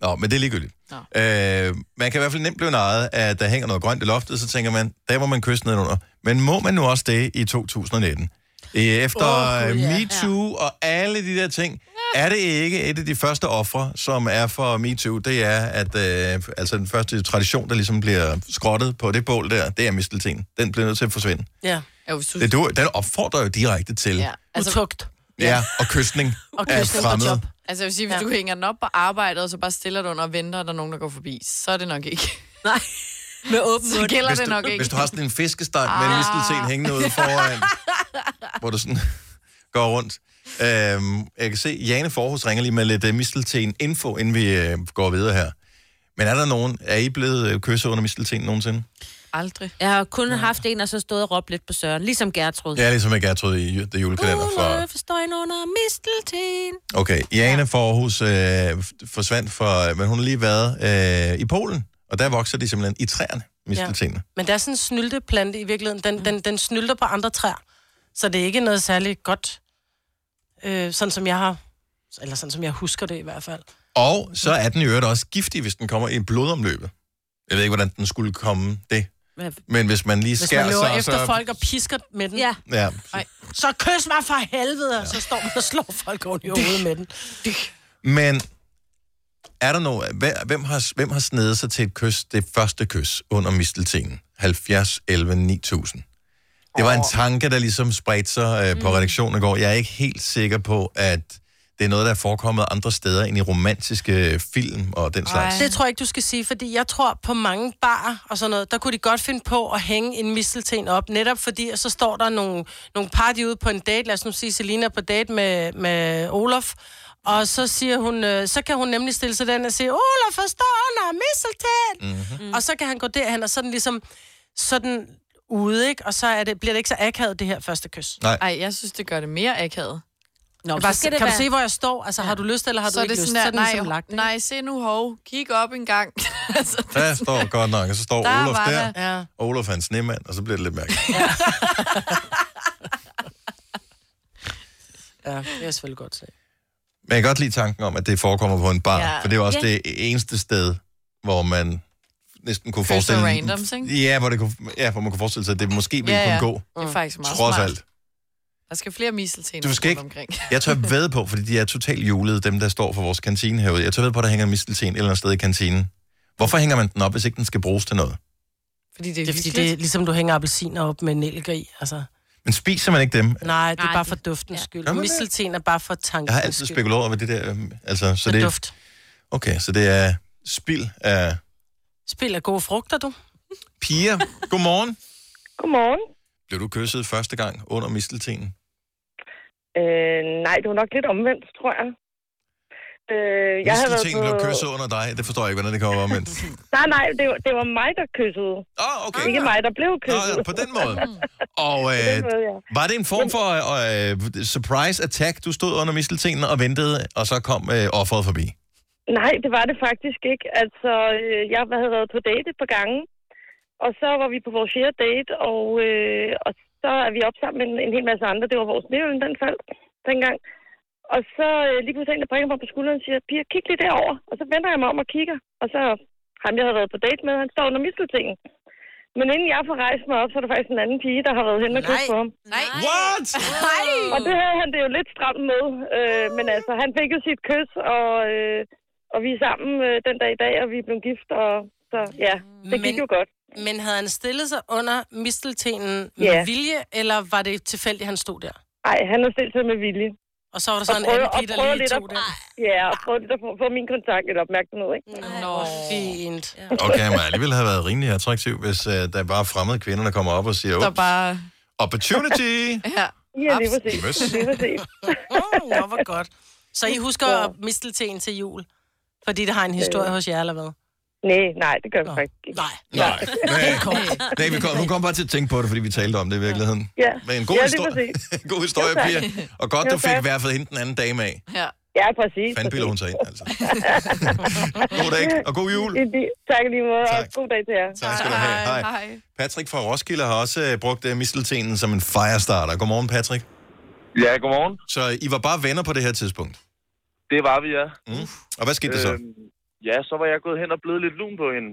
A: Nå, men det er ligegyldigt. Øh, man kan i hvert fald nemt blive nejet, at der hænger noget grønt i loftet, så tænker man, der må man kysse nedenunder. Men må man nu også det i 2019? Øh, Efter
E: Åh,
A: oh,
E: gud, ja.
A: yeah. MeToo og alle de der ting, er det ikke et af de første ofre, som er for MeToo, det er, at øh, altså den første tradition, der ligesom bliver skrottet på det bål der, det er mistelten. Den bliver nødt til at forsvinde.
B: Ja.
D: ja hvis du...
A: Det, du, den opfordrer jo direkte til.
D: Ja,
A: Ja.
D: altså,
B: Utugt.
A: Ja, og kysning
D: Og
A: af
D: kysning på
A: fremmede.
D: job. Altså jeg vil sige, hvis ja. du hænger den op på arbejdet, og så bare stiller den under og venter, og der er nogen, der går forbi, så er det nok ikke.
C: Nej. Med åben
D: Så gælder
A: hvis
D: det
A: du,
D: nok ikke.
A: Hvis du har sådan en fiskestang med en
D: Ah.
A: mistelten hængende ude foran, hvor du sådan går rundt. Øhm, jeg kan se, Jane Forhus ringer lige med lidt uh, mistelten info, inden vi uh, går videre her. Men er der nogen, er I blevet uh, kysset under mistelten nogensinde?
D: Aldrig.
C: Jeg har kun haft en, og så stået og råbt lidt på Søren. Ligesom Gertrud.
A: Ja, ligesom jeg Gertrud i ju- det julekalender fra...
C: Uløf, støjen under mistelten.
A: Okay, Jane Forhus øh, f- forsvandt fra... Men hun har lige været øh, i Polen, og der vokser de simpelthen i træerne, misteltenene.
B: Men der er sådan en snylteplante i virkeligheden. Den, den, den snylter på andre træer. Så det er ikke noget særligt godt, øh, sådan som jeg har, eller sådan som jeg husker det i hvert fald.
A: Og så er den i øvrigt også giftig, hvis den kommer i blodomløbet. Jeg ved ikke, hvordan den skulle komme det. Men hvis man lige
B: Hvis
A: skærer
B: man løber
A: sig, og
B: efter
A: så...
B: folk og pisker med den.
C: Ja.
A: Ja.
B: Ej. Så kys mig for helvede, og så står man og slår folk oven i hovedet med den.
A: Men er der noget... hver- Hvem har, hvem har snedet sig til et kys, det første kys under misteltingen? 70, 11, 9000. Det var en tanke, der ligesom spredte sig øh, på redaktionen i går. Jeg er ikke helt sikker på, at det er noget, der er forekommet andre steder end i romantiske øh, film og den slags.
B: Det tror jeg ikke, du skal sige, fordi jeg tror på mange barer og sådan noget, der kunne de godt finde på at hænge en mistelten op, netop fordi, at så står der nogle, nogle party ude på en date, lad os nu sige, Selina er på date med, med Olof, og så siger hun, øh, så kan hun nemlig stille sig den og sige, Olof forstår under mistelten,
A: Mhm.
B: mm-hmm. og så kan han gå derhen, og sådan ligesom, sådan ude, ikke? Og så er det, bliver det ikke så akavet, det her første kys.
A: Nej.
D: Ej, jeg synes, det gør det mere akavet.
B: Nå, bare, kan du se, hvor jeg står? Altså, har du lyst, eller har
D: så
B: du
D: er
B: ikke
D: det
B: lyst?
D: Sådan,
B: så er
D: nej,
B: den ligesom lagt.
D: nej, se nu, hov. Kig op en gang. altså,
A: Der står godt nok, og så står
D: Der
A: Olof
D: var
A: der,
D: der. Ja.
A: og Olof er en snemand, og så bliver det lidt mærkeligt.
B: Ja, det er jeg selvfølgelig godt se.
A: Men jeg kan godt lide tanken om, at det forekommer på en bar,
B: Ja.
A: ja. for det er også
B: Ja.
A: det eneste sted, hvor man næsten kunne
D: Kysser
A: forestille...
D: randoms, ikke?
A: Ja, hvor, det kunne, ja, hvor man kunne forestille sig, at det måske ville ja, ja. kunne gå.
D: Det er faktisk meget
A: Trods
D: smart.
A: alt.
D: Der skal flere misteltener
A: Du skal ikke...
D: omkring.
A: Jeg tør ved på, fordi de er totalt julede, dem der står for vores kantine herude. Jeg tør ved på, at der hænger en mistelten et eller andet sted i kantinen. Hvorfor hænger man den op, hvis ikke den skal bruges til noget?
B: Fordi det er, det er fordi,
D: hyggeligt.
B: det er ligesom, du hænger appelsiner op med nælker i. Altså.
A: Men spiser man ikke dem?
B: Nej, det er bare for duftens ja. skyld.
A: Gør man det?
B: Mistelten er bare for
A: Jeg
B: tankens
A: har altid
B: skyld.
A: spekuleret over det der... øhm, Altså, så
B: For
A: det,
B: duft.
A: Okay, så det er spild af
B: Spil af gode frugter, du.
A: piger. Godmorgen.
K: Godmorgen.
A: Blev du kysset første gang under misteltenen?
K: Øh, nej, det var nok lidt omvendt, tror jeg. Øh, jeg havde været
A: Misteltenen
K: på...
A: blev kysset under dig. Det forstår jeg ikke, hvordan det kommer omvendt.
K: Nej, nej, det var, det var mig, der kyssede.
A: Åh, oh, okay.
K: Ikke mig, der blev
A: Nå,
K: kysset.
A: ja, på den måde. Og
K: På den
A: øh,
K: måde, ja.
A: var det en form for øh, surprise attack? Du stod under misteltenen og ventede, og så kom øh, offeret forbi.
K: Nej, det var det faktisk ikke. Altså, øh, jeg havde været på date et par gange, og så var vi på vores fjerde date, og, øh, og så er vi op sammen med en, en hel masse andre. Det var vores nævn, den faldt dengang. Og så øh, lige pludselig en, der bringer mig på skulderen og siger, Pia, kig lige derover. Og så vender jeg mig om og kigger, og så ham, jeg havde været på date med, han står under misteltingen. Men inden jeg får rejst mig op, så er der faktisk en anden pige, der har været hen og kysset på ham.
D: Nej.
A: What?
K: Nej. Og det havde han det jo lidt stramt med. Øh, men altså, han fik jo sit kys, og, øh, og vi er sammen øh, den dag i dag, og vi er blevet gift, og så ja, det gik
B: Men-
K: jo godt.
B: Men havde han stillet sig under misteltenen med
K: Ja.
B: vilje, eller var det tilfældigt, han stod der?
K: Nej, han har stillet sig med vilje.
B: Og så var der så en anden
K: prøver-
B: pige,
K: og
B: der
K: prøver
B: lige
K: lidt
B: tog
K: at-
B: det.
K: Ja, og prøvede lidt at få, få min kontakt lidt opmærksomhed, ikke?
B: Nå, fint.
A: Okay, man alligevel have været rimelig attraktiv, hvis øh, der bare er fremmede kvinder, der kommer op og siger,
D: Der
A: "Ups,
D: bare...
A: opportunity!
D: Ja,
K: ja lige præcis.
A: Møs.
K: Lige præcis.
B: Mm, Nå, hvor godt. Så I husker mistelten til jul? Fordi det har en historie
K: Øh.
B: hos jer, eller hvad?
K: Nej, nej, det gør vi faktisk ikke.
B: Nej.
A: Nej, nej, nej vi kom, hun kom bare til at tænke på det, fordi vi talte om det i virkeligheden.
K: Ja.
A: Men en god
K: ja, lige
A: historie.
K: præcis.
A: God historie,
K: Jo, tak.
A: Pia. Og godt,
K: Jo,
A: du fik
K: tak.
A: i hvert fald hende den anden dame af.
D: Ja.
K: Ja, præcis.
A: Fanden piller hun sig ind, altså. God dag, og god jul.
K: I lige- Tak i lige måde, og god dag til jer.
A: Tak skal du have. Hej. Patrick fra Roskilde har også øh, brugt øh, misteltenen som en firestarter. Godmorgen, Patrick.
M: Ja, godmorgen.
A: Så I var bare venner på det her tidspunkt.
M: Det var vi, ja.
A: Mm. Og hvad skete der så?
M: Øhm, ja, så var jeg gået hen og blevet lidt lun på hende.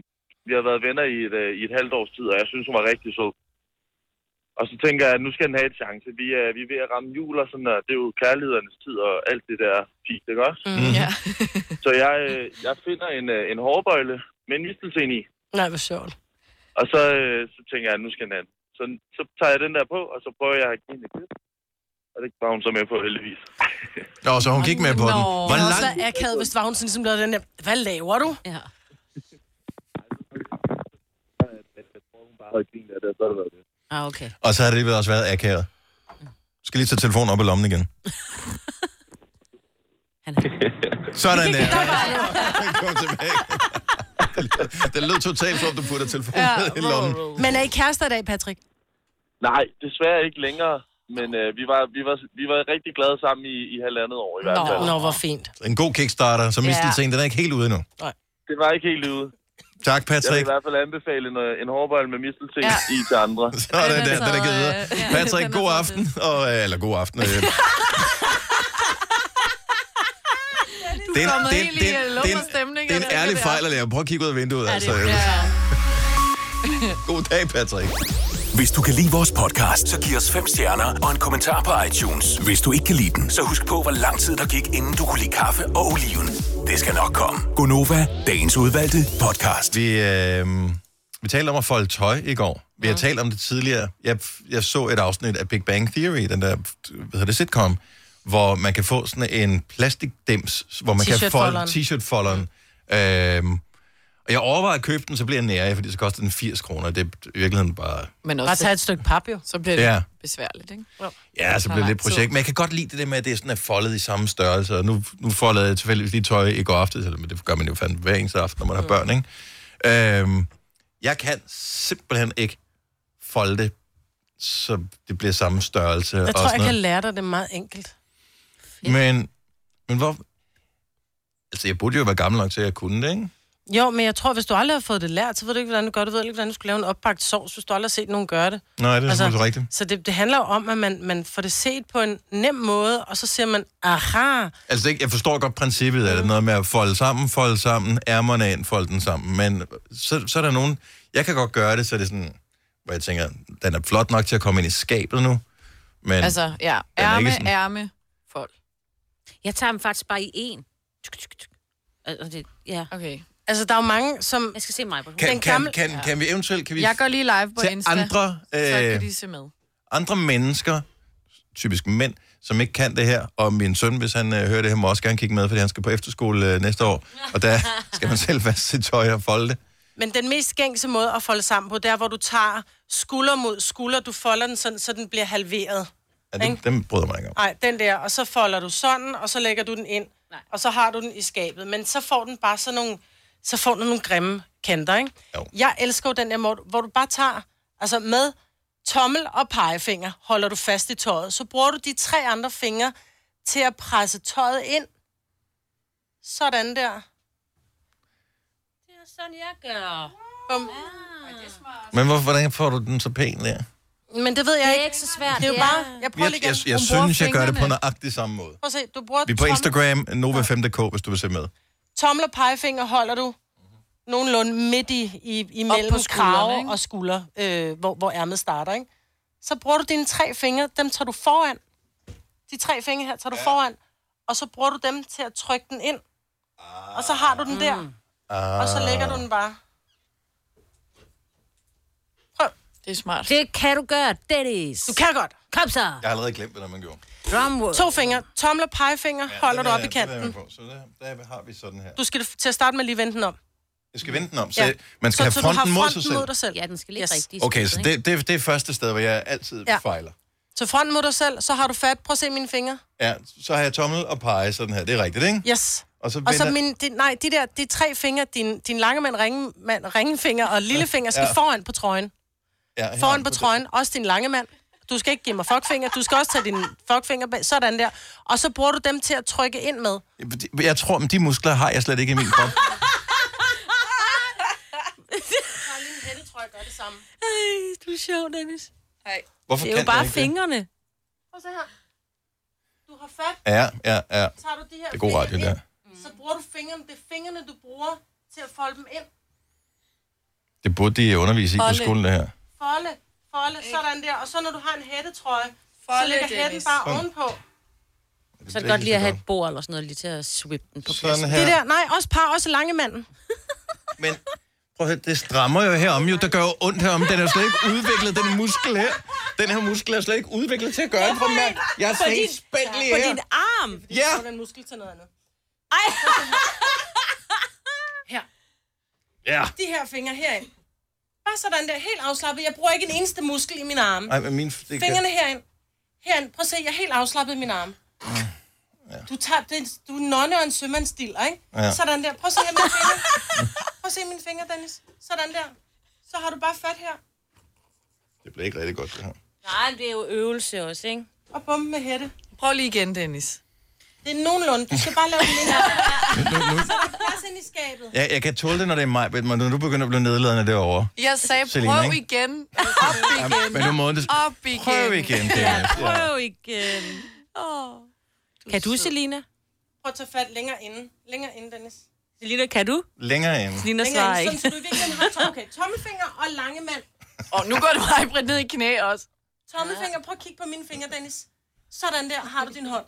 M: Vi har været venner i et, øh, i et halvt års tid, og jeg synes, hun var rigtig sød. Og så tænker jeg, at nu skal den have et chance. Vi er, vi er ved at ramme jul og sådan, og det er jo kærlighedernes tid og alt det der fint, ikke også?
B: Mm. Ja.
M: Så jeg, øh, jeg finder en, øh, en hårbøjle med en mistelsen i,
B: Nej, hvor sjovt.
M: og så, øh, så tænker jeg, at nu skal den have den. Så, så tager jeg den der på, og så prøver jeg at give hende et kys. Og det var hun så med på, heldigvis.
A: Nå, så hun gik med på den. Hvor
B: Det har også
A: lang,
B: været akavet, hvis det var hun sådan, som lavede ligesom den der, hvad laver du?
C: Ja.
M: Bare at grine af det, og så har det været det.
C: Ah, okay.
A: og så har det også været akavet. Skal lige tage telefonen op i lommen igen. Sådan der. Kom tilbage. Det lød totalt, som om du putter telefonen
B: Ja.
A: ned i lommen.
B: Men er I kærester i dag, Patrick?
M: Nej, desværre ikke længere. Men øh, vi, var, vi, var, vi var rigtig glade sammen i, i halvandet år i hvert fald.
B: Nå, hvor fint.
A: En god kickstarter, så
M: Ja.
A: mistelten, den er ikke helt ude endnu.
M: Det var ikke helt ude.
A: Tak,
M: Jeg vil
A: Patrick.
M: i hvert fald anbefale en, øh, en hårbøjle med mistelting i til andre.
A: Sådan der, den er givet videre. Patrick, god aften. Og, øh, eller god aften. øh. Det er en-
D: kommet
A: det er-
D: helt i,
A: det er-
D: øh,
A: det er
D: lummerstemning,
A: en- det er en
D: eller
A: ærlig
D: hvad det er.
A: fejl at lave. Prøv at kigge ud af vinduet. Altså. God dag, Patrick.
E: Hvis du kan lide vores podcast, så giv os fem stjerner og en kommentar på iTunes. Hvis du ikke kan lide den, så husk på, hvor lang tid der gik, inden du kunne lide kaffe og oliven. Det skal nok komme.
A: Gonova, dagens udvalgte podcast. Vi, øh, vi talte om at folde tøj i går. Vi har talt om det tidligere. Jeg, jeg så et afsnit af Big Bang Theory, den der hvad hedder det, sitcom, hvor man kan få sådan en plastikdims, hvor man kan folde
L: T-shirt-folderen.
A: t-shirt-folderen. Øhm, og jeg overvejer at købe den, så bliver jeg nære, fordi så koster den 80 kroner. Det er i virkeligheden bare...
D: Men også,
B: Bare tage et stykke pap, jo.
D: Så bliver det
A: Ja.
D: ja. besværligt, ikke? Tager
A: Ja, så bliver det
D: lang
A: lidt projekt.
D: tid.
A: Men jeg kan godt lide det der med, at det er sådan er foldet i samme størrelse. Og nu, nu foldede jeg tilfældigvis lige tøj i går aftes, eller men det gør man jo fandme hver eneste aften, når man har
B: Mm.
A: børn, ikke? Øhm, jeg kan simpelthen ikke folde det, så det bliver samme størrelse.
B: Jeg
A: og
B: tror,
A: sådan
B: jeg
A: noget.
B: kan lære dig det meget enkelt.
A: Men, men hvor... Altså, jeg burde jo være gammel nok til, at jeg kunne det, ikke?
B: Jo, men jeg tror, hvis du aldrig har fået det lært, så ved du ikke, hvordan du gør det. Du ved ikke, hvordan du skal lave en opbagt sovs, hvis du aldrig har set nogen gøre det. Altså,
A: Nej, det er selvfølgelig rigtigt.
B: Så det, det handler jo om, at man, man får det set på en nem måde, og så siger man, aha,
A: Altså, ikke, jeg forstår godt princippet
D: Mm.
A: af det. Noget med at folde sammen, folde sammen, ærmerne ind, folde den sammen. Men så, så er der nogen... Jeg kan godt gøre det, så det er sådan... Hvor jeg tænker, den er flot nok til at komme ind i skabet nu. Men altså,
D: altså, ja.
A: den er ikke
D: Ærme,
A: sådan-
D: ærme, fold.
C: Jeg tager dem faktisk bare i en. Tuk, tuk, tuk. Og- og det- Ja.
D: Okay.
B: Altså, der er jo mange, som...
C: Jeg skal se mig på.
A: kan, kan, kan, kan, vi eventuelt... Kan vi
D: Jeg går lige live på
A: til
D: Insta,
A: andre,
D: så
A: øh,
D: kan de se med.
A: andre mennesker, typisk mænd, som ikke kan det her, og min søn, hvis han øh, hører det her, må også gerne kigge med, fordi han skal på efterskole øh, næste år, og der skal man selv vaske sit tøj og folde det.
B: Men den mest gængse måde at folde sammen på, det er, hvor du tager skulder mod skulder, du folder den sådan, så den bliver halveret.
A: Ja, dem, dem bryder man ikke om.
B: Nej, den der, og så folder du sådan, og så lægger du den ind, Nej. og så har du den i skabet. Men så får den bare sådan nogle, så får den nogle grimme kanter, ikke?
A: Jo.
B: Jeg elsker jo den der måde, hvor du bare tager, altså med tommel og pegefinger, holder du fast i tøjet, så bruger du de tre andre fingre til at presse tøjet ind. Sådan der.
C: Det er sådan, jeg gør.
B: Bum.
A: Men hvor, hvordan får du den så pæn der?
B: Men det ved jeg ikke. Det er
C: ikke så svært.
B: Det er jo
C: Ja.
B: bare, jeg prøver
A: Jeg,
B: lige
A: jeg,
B: igen.
A: jeg
B: Hun bruger
A: synes, jeg gør det på
B: fingrene.
A: nøjagtig samme måde.
B: Prøv at se, du bruger
A: Vi er på
B: tommel-
A: Instagram, nova5.dk, hvis du vil se med.
B: Tommel og pegefinger holder du nogenlunde midt i, i imellem krave og skulder, øh, hvor, hvor ærmet starter, ikke? Så bruger du dine tre fingre, dem tager du foran. De tre fingre her tager du foran, og så bruger du dem til at trykke den ind. Og så har du den der,
A: Ah.
B: og så lægger du den bare. Prøv.
D: Det er smart.
C: Det kan du gøre, Dennis. Du
B: kan godt.
C: Kom så.
A: Jeg har allerede glemt, hvordan man gjorde.
C: Drumwood.
B: To fingre, tommel og pegefinger, ja, holder
A: Den
B: du op
A: er-
B: i kanten.
A: Den er jeg på. Så der, der har vi sådan her.
B: Du skal f- til at starte med lige vende den om.
A: Jeg skal vende den om, så man skal have
B: du har
A: fronten mod sig selv.
B: dig selv.
C: Ja, den skal ligge yes. rigtig.
A: Okay, så det, det, det er første sted, hvor jeg altid
B: Ja.
A: ja. fejler.
B: Så fronten mod dig selv, så har du fat. Prøv at se mine fingre.
A: Ja, så har jeg tommel og pege sådan her. Det er rigtigt, ikke?
B: Yes.
A: Og så,
B: Og
A: vender,
B: så min, de, nej, de der, de tre fingre, din, din lange mand, ringe, mand, ringefinger og lillefinger skal
A: Ja.
B: ja. foran på trøjen.
A: ja, her
B: Foran
A: har
B: på
A: du-
B: trøjen, også din lange mand. Du skal ikke give mig fuckfinger, du skal også tage din fuckfinger bag, sådan der. Og så bruger du dem til at trykke ind med.
A: Jeg tror, at de muskler har jeg slet ikke i min krop.
B: Det tror jeg gør det samme.
C: Ej, du er sjov, Dennis.
D: Hej.
A: Hvorfor
C: det er jo
A: kan jeg
C: bare
A: ikke det?
C: fingrene. Det?
B: Prøv så her. Du har fat,
A: Ja, ja, ja.
B: tager du de her
A: Det er god radio,
B: fingre
A: der.
B: ind, så bruger du fingrene, det er fingrene, du bruger til at folde dem ind.
A: Det burde de undervise i på
B: Folde.
A: skolen, det her.
B: Folde, folde, sådan der. Og så når du har en hættetrøje, så
D: Folde,
B: lægger hætten
D: Dennis.
B: bare
A: Sådan.
B: ovenpå.
C: Så er det
A: bliver
C: godt lige at
A: ikke
C: have et bord eller sådan noget, lige til at swippe den på
A: Sådan
C: pladsen.
A: her.
B: Det der, nej, også par, også lange manden.
A: Prøv at høre, det strammer jo herom, jo. Der gør jo ondt herom. Den er jo slet ikke udviklet, den muskel her. Den her muskel er slet ikke udviklet til at gøre det for mand. Jeg er
B: På
A: helt
B: din-
A: spændt lige
B: På
A: her.
B: din arm?
A: Ja.
B: Så den muskel til noget andet.
A: Ja.
B: De her fingre herind. Bare sådan der, helt afslappet. Jeg bruger ikke en eneste muskel i min arme.
A: Ej, men min... det kan-
B: Fingrene herind. Herind. Prøv at se, jeg er helt afslappet i min arm.
A: Mm,
B: Ja. Du, tager, det, er- du er en nonne og en sømandsdil, ikke?
A: Ja.
B: Ja. Sådan der. Prøv at se her mine fingre. Prøv at se mine fingre, Dennis. Sådan der. Så har du bare fat her.
A: Det bliver ikke rigtig godt, det her.
C: Nej, det er jo øvelse også, ikke?
B: Og bum med hætte.
D: Prøv lige igen, Dennis.
B: Det er nogenlunde. Du skal bare lave den ind.
A: Nu, nu,
B: Så er der plads ind i skabet.
A: ja, jeg kan tåle det, når det er mig, men når du begynder at blive nedladende derovre.
D: Jeg sagde,
A: Selina,
D: prøv
A: ikke?
D: igen. Op igen.
A: men nu må det-
D: Op igen.
A: Prøv igen, Dennis. Ja,
C: Prøv igen. Oh. Kan du, Selina?
B: Prøv at tage fat længere inden. Længere inden, Dennis.
C: Selina, kan du?
A: Længere ind.
C: Selina svarer
B: inden,
C: ikke.
B: sådan, så du i virkeligheden har to- okay, tommelfinger og lange mand.
D: Og nu går du mig bredt ned i knæ også.
B: Tommelfinger, prøv at kigge på mine fingre, Dennis. Sådan der har du din hånd.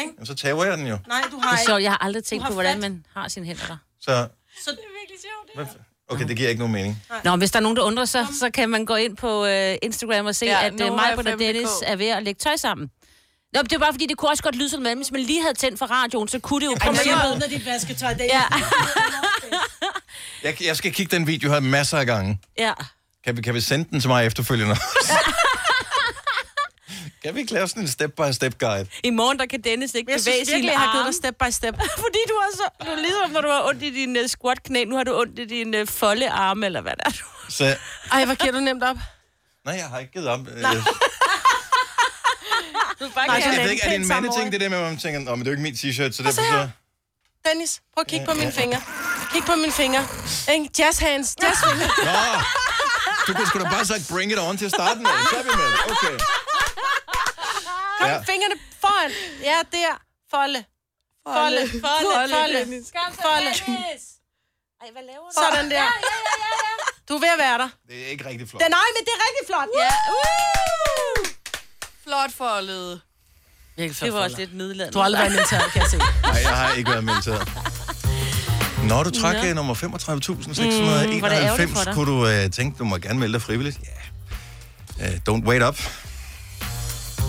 B: Ikke?
A: Jamen, så taber jeg den jo.
B: Nej, du
C: Det
B: har
C: er
B: ikke.
C: sjovt, jeg har aldrig
B: Du
C: tænkt
B: har
C: på, hvordan
B: fat.
C: man har sine hænder der.
A: Så,
B: Så det er virkelig sjovt.
A: hvad f- okay, det giver ikke nogen mening.
C: Nå, men hvis der er nogen, der undrer sig, så kan man gå ind på øh, Instagram og se,
D: Ja,
C: ja, at øh,
D: Nova
C: mig og
D: 5.dk.
C: Dennis er ved at lægge tøj sammen. Nå, men det er bare fordi, det kunne også godt lyde sådan, men hvis man lige havde tændt for radioen, så kunne det jo
B: Ej,
C: komme
B: når jeg åbner dit vasketøj, det er
C: Ja.
A: Jeg, jeg skal kigge den video her masser af gange.
C: Ja.
A: Kan vi, kan vi sende den til mig efterfølgende? kan vi ikke lave sådan en step-by-step-guide?
C: I morgen, der kan Dennis ikke
B: jeg
C: bevæge
B: synes
C: sine
B: virkelig, jeg har givet
C: arme.
B: dig step by step.
C: Fordi du har så... Du er ligesom, når du har ondt i din uh, squat-knæ, nu har du ondt i din uh, folde arme, eller hvad der er.
A: Så,
B: Ej, hvor giver du nemt op?
A: nej, jeg har ikke givet op. Nej,
B: Du bare
A: Nej, jeg ved ikke, er det en mandeting, det der med, at man tænker, "Nå, men det er jo ikke min t-shirt, så derfor
B: her.
A: så...
B: Dennis, prøv at kigge på
A: Ja,
B: mine
A: ja.
B: fingre. Kig på mine fingre. Ikke? Jazz hands, jazz fingre.
A: Nå, du kunne sgu da bare have sagt, bring it on til starten med. Så er vi med. Okay.
B: Kom,
A: Ja.
B: fingrene foran. Ja, der. Folde. Folde, folde, folde. folde. folde.
C: Ej, hvad laver du?
B: Sådan der. Du er ved at være der.
A: Det er ikke rigtig flot.
B: Den, nej, men det er rigtig flot. Ja.
D: Flot foldet.
C: Det var også lidt middelandet.
B: Du har aldrig været militær, kan jeg se.
A: Nej, jeg har ikke været militær. Når du trak
B: Nå.
A: øh, nummer
B: Mm, hvor er det ærgerligt for
A: 35.691,
B: dig.
A: kunne du øh, tænke, du må gerne melde dig frivilligt? Ja. Øh, don't wait up.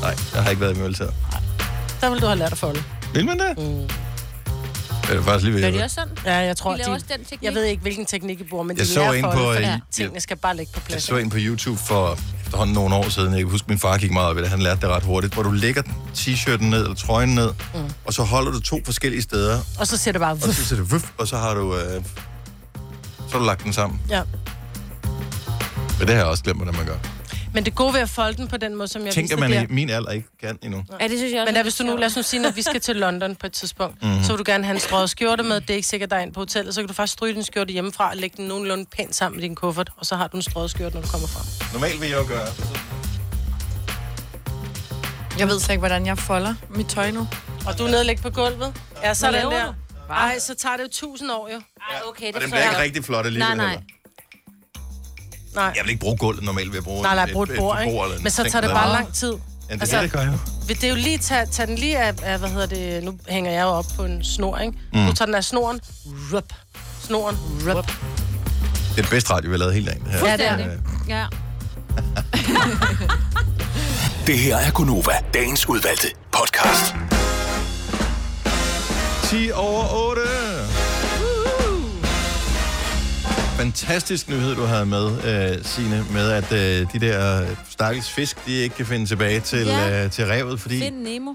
A: Nej, jeg har ikke været i militær.
B: Der vil du have lært at folde.
A: Vil man det? Mm. Det er faktisk lige ved. at-
C: sådan?
B: Ja, jeg tror,
C: De laver
B: de,
C: også den teknik.
B: Jeg ved ikke, hvilken teknik I bruger, men
A: Jeg
B: de
A: så
B: lærer
A: en
B: folde,
A: på,
B: for
A: øh,
B: ja,
A: ja.
B: tingene skal bare ligge på plads.
A: Jeg så en på YouTube for efterhånden nogle år siden. Jeg kan huske, min far gik meget op i det. Han lærte det ret hurtigt. Hvor du lægger t-shirten ned, eller trøjen ned, mm. og så holder du to forskellige steder.
B: Og så ser det bare...
A: Og så siger det, vuff, og så har du, øh, så har du lagt den sammen.
B: Ja.
A: Men det har jeg også glemt, hvordan man gør.
B: Men det gode ved at folde den på den måde, som jeg
A: Jeg Tænk,
B: viste
A: at man
B: der...
A: i min alder ikke kan endnu.
C: Ja, det synes jeg også.
B: Men der, hvis du nu, lad os nu sige, når vi skal til London på et tidspunkt,
A: Mhm.
B: mm-hmm. så vil du gerne have en strøget skjorte med, det er ikke sikkert, der er en på hotellet, så kan du faktisk stryge din skjorte hjemmefra og lægge den nogenlunde pænt sammen med din kuffert, og så har du en strøget skjorte, når du kommer frem.
A: Normalt vil jeg jo gøre.
D: Jeg ved så ikke, hvordan jeg folder mit tøj nu.
B: Og du er nede og lægge på gulvet? Ja, så den
D: laver
B: der. Ej, så tager det jo tusind år jo.
C: Ej, okay,
A: Og den bliver ikke rigtig flot alligevel.
B: Nej, nej.
A: heller.
B: Nej.
A: Jeg vil ikke bruge gulvet normalt ved at bruge øh,
B: Nej, nej,
A: et-
B: brug et bord,
A: eller
B: ikke?
A: en
B: Men så
A: seng
B: tager det
A: eller
B: bare
A: noget.
B: lang tid.
A: Ja, det,
B: Altså-
A: altså, det gør jeg jo.
B: Vil det jo lige tage, tage den lige af, af, hvad hedder det, nu hænger jeg jo op på en snor, ikke? Mm. Nu tager den af snoren. Rup. Snoren. Rup.
A: Det er det bedste radio, vi har lavet hele dagen. Det her.
B: Ja, det er det.
C: Ja.
E: Det her er Gunova, dagens udvalgte podcast.
A: 10 over 8. Fantastisk nyhed, du havde med, øh, Signe, med at øh, de der stakkels fisk, de ikke kan finde tilbage til,
C: Ja.
A: øh, til revet, fordi
C: Find Nemo.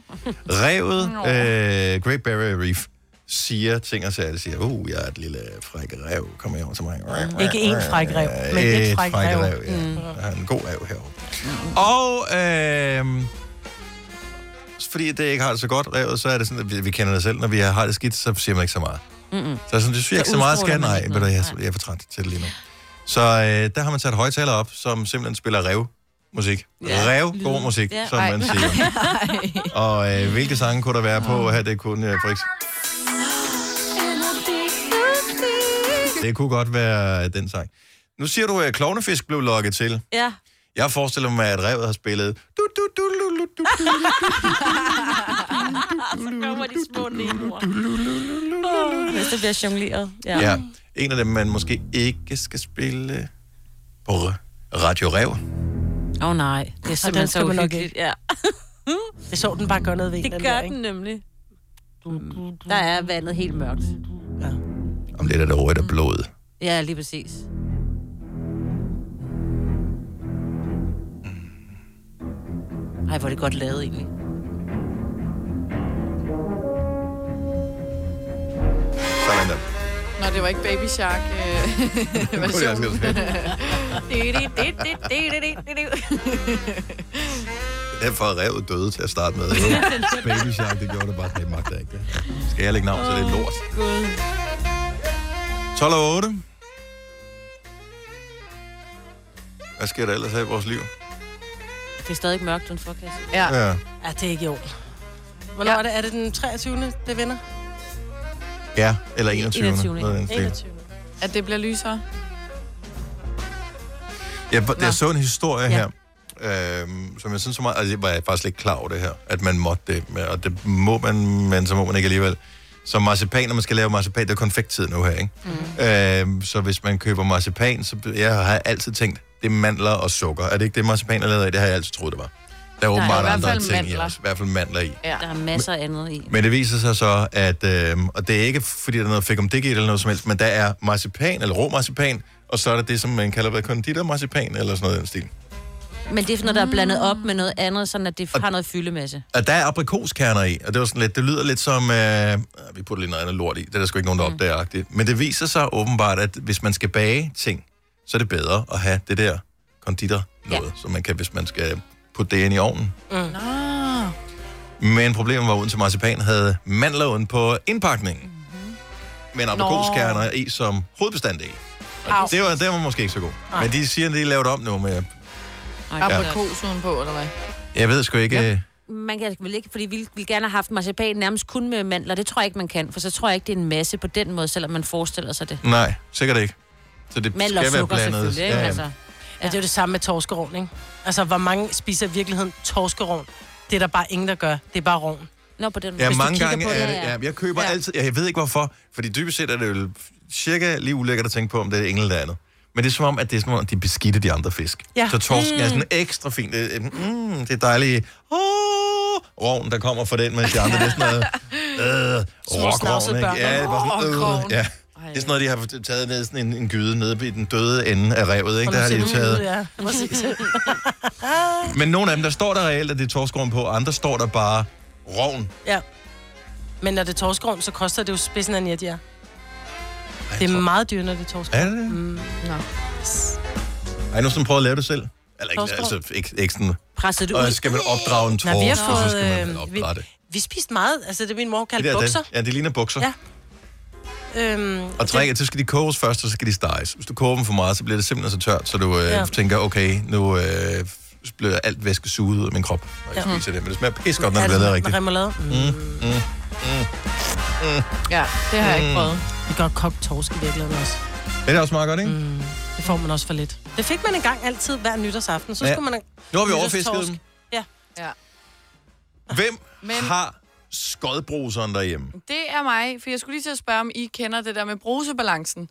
A: revet, øh, Great Barrier Reef, siger ting og sager. Det siger, uh, jeg er et lille fræk rev, kom her over til mig.
B: Ikke én fræk rev,
A: Ja,
B: men et
A: et
B: fræk
A: fræk
B: rev.
A: rev, ja.
B: Mm.
A: Der er en god rev herovre. Og øh, fordi det ikke har det så godt, revet, så er det sådan, at vi, vi kender det selv. Når vi har det skidt, så siger man ikke så meget.
N: Mm-mm.
A: Så jeg sådan, det synes
N: Så
A: jeg ikke så meget
N: udstråler
A: skal.
N: man
A: Nej,
N: ikke
A: ved du,
N: noget.
A: jeg, er- jeg er for træt til det lige nu. Så øh, der har man sat højtaler op, som simpelthen spiller rev musik. Ja, rev, god musik, som man siger. Og øh, hvilke sange kunne der være på her? Det kunne, øh, for eksempel, det kunne godt være den sang. Nu siger du, at øh, klovnefisk blev lukket til.
C: Ja.
A: Jeg forestiller mig, at revet har spillet... Du, du, du, lu, lu, du, du, lu, du,
C: Så kommer de små nemoer. Hvis det bliver jongleret.
A: Ja. ja. En af dem, man måske ikke skal spille på Radio Rev.
C: Åh oh, nej, det er simpelthen så uhyggeligt. Ja.
B: Jeg så den bare gøre noget ved en,
C: Det
B: den
C: gør
B: der,
C: den
B: ikke?
C: nemlig. Der er vandet helt mørkt.
A: Om lidt er det rødt og blod.
C: Ja, lige præcis. Ej, hvor er det godt lavet egentlig.
A: Sådan der.
D: Nå, det var ikke Baby Shark. Øh, version.
A: jeg også Derfor er revet døde til at starte med. Baby Shark, det gjorde det bare. Det magter jeg ikke. Skal jeg lægge navn, så det er lort.
C: Gud.
A: 12 og 8. Hvad sker der ellers her i vores liv?
C: Det er stadig mørkt udenfor, kan jeg sige.
B: Ja.
A: Ja.
B: ja, det er ikke i orden. Hvornår ja. er det? Er det den 23. det vinder?
A: Ja, eller 21.
D: 21.,
A: 21. Noget af den stil.
D: At det bliver lysere.
A: Jeg, jeg så en historie her, øhm, som jeg synes så meget... Altså, jeg var faktisk ikke klar over det her, at man måtte det. men- Og det må man, men så må man ikke alligevel. Som marcipan, når man skal lave marcipan, det er konfekttid nu her, ikke? Mm. Øhm, så hvis man køber marcipan, så jeg har altid tænkt, det er mandler og sukker. Er det ikke det, marcipan er lavet af? Det har jeg altid troet, det var. Der
C: Der er
A: er åbenbart
C: i hvert
A: andre
C: fald
A: ting i,
C: mandler.
A: også. i hvert fald mandler i.
D: Ja.
C: Der er masser af andet i.
A: Men det viser sig så, at... Øh, og det er ikke, fordi der er noget fik om det eller noget som helst, men der er marcipan, eller rå marcipan, og så er der det, som man kalder hvad, konditormarcipan, eller sådan noget i den stil.
C: Men det er sådan noget, der er blandet op med noget andet, sådan at det har noget fyldemasse.
A: Og der er aprikoskerner i, og det, var sådan lidt, det lyder lidt som... Øh, ah, vi putter lige noget andet lort i, det er der sgu ikke nogen, der opdager. Mm. Men det viser sig åbenbart, at hvis man skal bage ting, så er det bedre at have det der konditor noget, ja. som man kan, hvis man skal putte det ind i ovnen.
D: Mm. Nå.
A: Men problemet var, at Odense Marcipan havde mandler uden på indpakningen. Mm-hmm. Men aprikoskerner i som hovedbestanddel.
D: Au.
A: Og Det var, det var måske ikke så god.
D: Nej.
A: Men de siger, at de er lavet om nu. Men jeg,
D: Ja.
A: Ja.
D: Aprikos udenpå, eller hvad?
A: jeg ved sgu ikke... øh, Ja.
C: Man kan vel ikke, fordi vi ville gerne have haft marcipan nærmest kun med mandler. Det tror jeg ikke, man kan, for så tror jeg ikke, det er en masse på den måde, selvom man forestiller sig det.
A: Nej, sikkert ikke. Så det
C: Mandler og
A: skal være
C: sukker
A: blandet.
C: selvfølgelig, ikke? Altså.
B: Ja, det er jo det samme med torskerovn, ikke? Altså, hvor mange spiser i virkeligheden torskerovn? Det er der bare ingen, der gør. Det er bare rovn.
C: Nå,
B: Mm.
C: på den
A: Ja, mange gange er det. Ja, jeg køber ja. altid... Jeg ved ikke hvorfor, fordi dybest set er det jo cirka lige ulækkert at tænke på, om det er engel eller andet. Men det er som om, at det er som om, at de beskidte de andre fisk.
B: Ja.
A: Så torsken mm. er
B: Mm.
A: sådan ekstra fint. Det, er- mm, det er dejligt. Oh, rovn, der kommer fra den, mens de andre, det er sådan noget... Øh,
L: Små
A: rockrovn,
L: snavsede
A: ikke?
L: børn.
A: Ja, det var sådan, øh,
L: Rockrovn.
A: ja. Det er sådan noget, de har taget ned sådan en, en gyde nede i den døde ende af revet, ikke? Der har de jo taget...
B: Ja, præcis.
A: Men nogle af dem, der står der reelt, at det er torskroven på, og andre står der bare rovn.
B: ja. Men når det er torskerovn, så koster det jo spidsen af net, ja. Det er meget dyrt, når det er torskerovn.
A: Er det det?
B: Mm, nå.
A: Har I nu sådan prøvet at lave det selv? Eller ikke,
B: Torskov.
A: altså ikke, ikke sådan...
C: Presset det ud.
A: Og skal man opdrage en torsk,
B: Nej, vi har
A: og så
B: fået...
A: skal man vel
B: Øh, vi,
A: opdrage det.
B: vi spiste meget. Altså, det min mor
A: Det
B: kaldte
A: der,
B: bukser.
A: det- Ja, det ligner bukser.
B: Ja. Øhm,
A: Og træk, så skal de koges først, og så skal de steges. Hvis du koger dem for meget, så bliver det simpelthen så tørt, så du øh,
B: Ja.
A: ja. tænker, okay, nu øh, bliver alt væske suget ud af min krop, når jeg
B: Ja.
A: ja. spiser det. Men det smager pis godt, når
B: er
A: det bliver lavet
B: sådan
A: rigtigt.
B: Med remoulade. Mm.
A: Mm, mm, mm.
D: Ja, det har jeg ikke
A: Mm.
D: prøvet.
B: Vi kan godt kogt torsk i virkeligheden også.
A: Det er også meget godt, ikke? Mm.
B: Det får man også for lidt. Det fik man engang altid hver nytårsaften. Så
A: Ja.
B: ja. skulle man...
A: Nu har vi
B: nytårstorsk.
A: overfisket dem.
B: Ja.
D: ja.
A: Hvem Men... har skodbruseren derhjemme?
D: Det er mig, for jeg skulle lige til at spørge, om I kender det der med brusebalancen.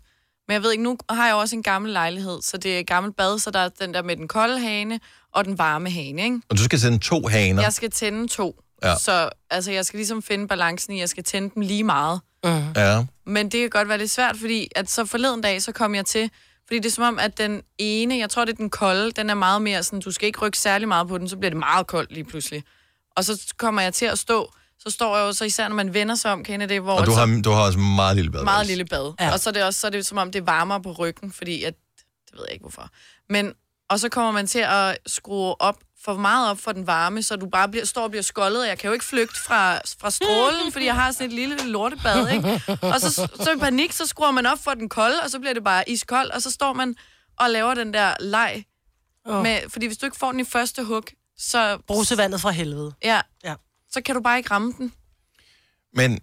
D: Men jeg ved ikke, nu har jeg jo også en gammel lejlighed, så det er et gammelt bad, så der er den der med den kolde hane og den varme hane, ikke?
A: Og du skal sende to haner.
D: Jeg skal tænde to.
A: Ja.
D: Så altså, jeg skal ligesom finde balancen i, jeg skal tænde dem lige meget.
A: Ja.
D: Men det kan godt være lidt svært, fordi at så forleden dag, så kom jeg til, fordi det er som om, at den ene, jeg tror det er den kolde, den er meget mere sådan, du skal ikke rykke særlig meget på den, så bliver det meget koldt lige pludselig. Og så kommer jeg til at stå, så står jeg jo så især, når man vender sig om, kender I det, hvor
A: Og du
D: så-
A: har, du har også meget lille bad.
D: meget lille bad. Ja. Og så er det også så er det som om, det er varmere på ryggen, fordi at, det ved jeg ikke hvorfor. Men, og så kommer man til at skrue op for meget op for den varme, så du bare bliver, står og bliver skoldet, og jeg kan jo ikke flygte fra, fra strålen, fordi jeg har sådan et lille lortebad, ikke? Og så, så i panik, så skruer man op for den kolde, og så bliver det bare iskold, og så står man og laver den der leg.
B: Åh.
D: Oh. Med, fordi hvis du ikke får den i første hug, så...
B: Brusevandet fra helvede.
D: Ja,
B: ja.
D: så kan du bare ikke ramme den.
A: Men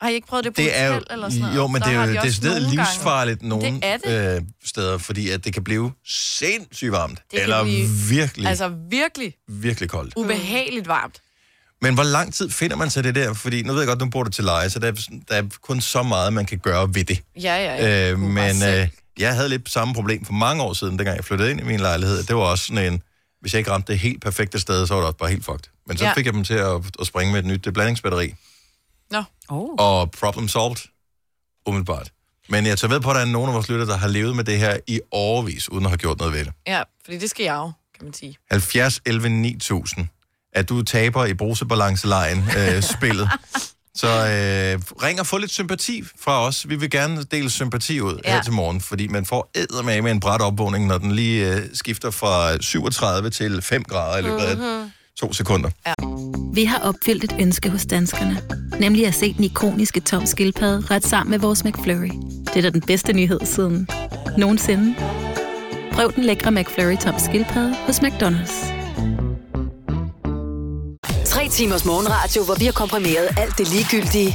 D: Har I ikke prøvet det på
A: Det er jo,
D: hotel eller sådan noget?
A: jo, men
D: Der
A: det er
D: har
A: jo
D: de også
A: decideret
D: nogle gange-
A: livsfarligt nogle
D: Det er det.
A: Øh, steder, fordi at det kan blive sindssygt varmt.
D: Det kan
A: eller
D: blive-
A: virkelig,
D: Altså virkelig
A: virkelig koldt.
D: ubehageligt varmt.
A: Men hvor lang tid finder man sig det der? Fordi nu ved jeg godt, nu bor du til leje, så der er, sådan- der er kun så meget, man kan gøre ved det.
D: Ja, ja, ja.
A: Øh, men øh, jeg havde lidt samme problem for mange år siden, dengang jeg flyttede ind i min lejlighed. Det var også sådan en, hvis jeg ikke ramte det helt perfekte sted, så var det også bare helt fucked. Men så
D: Ja.
A: ja. fik jeg dem til at, at springe med et nyt øh, blandingsbatteri.
D: Nå. Oh.
A: Og problem solved, umiddelbart. Men jeg tager ved på, at der er nogen af vores lytter, der har levet med det her i årevis, uden at have gjort noget ved det.
D: Ja, fordi det skal jeg jo, kan man sige.
A: 70 11 9000. At du taber i brusebalancelejen, øh, spillet. Så øh, ring og få lidt sympati fra os. Vi vil gerne dele sympati ud ja. her til morgen, fordi man får eddermame med en bræt opvågning, når den lige øh, skifter fra 37 til 5 grader i løbet af
C: Mhm.
A: to sekunder. Ja.
C: Vi har opfyldt et ønske hos danskerne. Nemlig at se den ikoniske tom skildpadde ret sammen med vores McFlurry. Det er da den bedste nyhed siden nogensinde. Prøv den lækre McFlurry tom skildpadde hos McDonald's.
O: Tre timers morgenradio, hvor vi har komprimeret alt det ligegyldige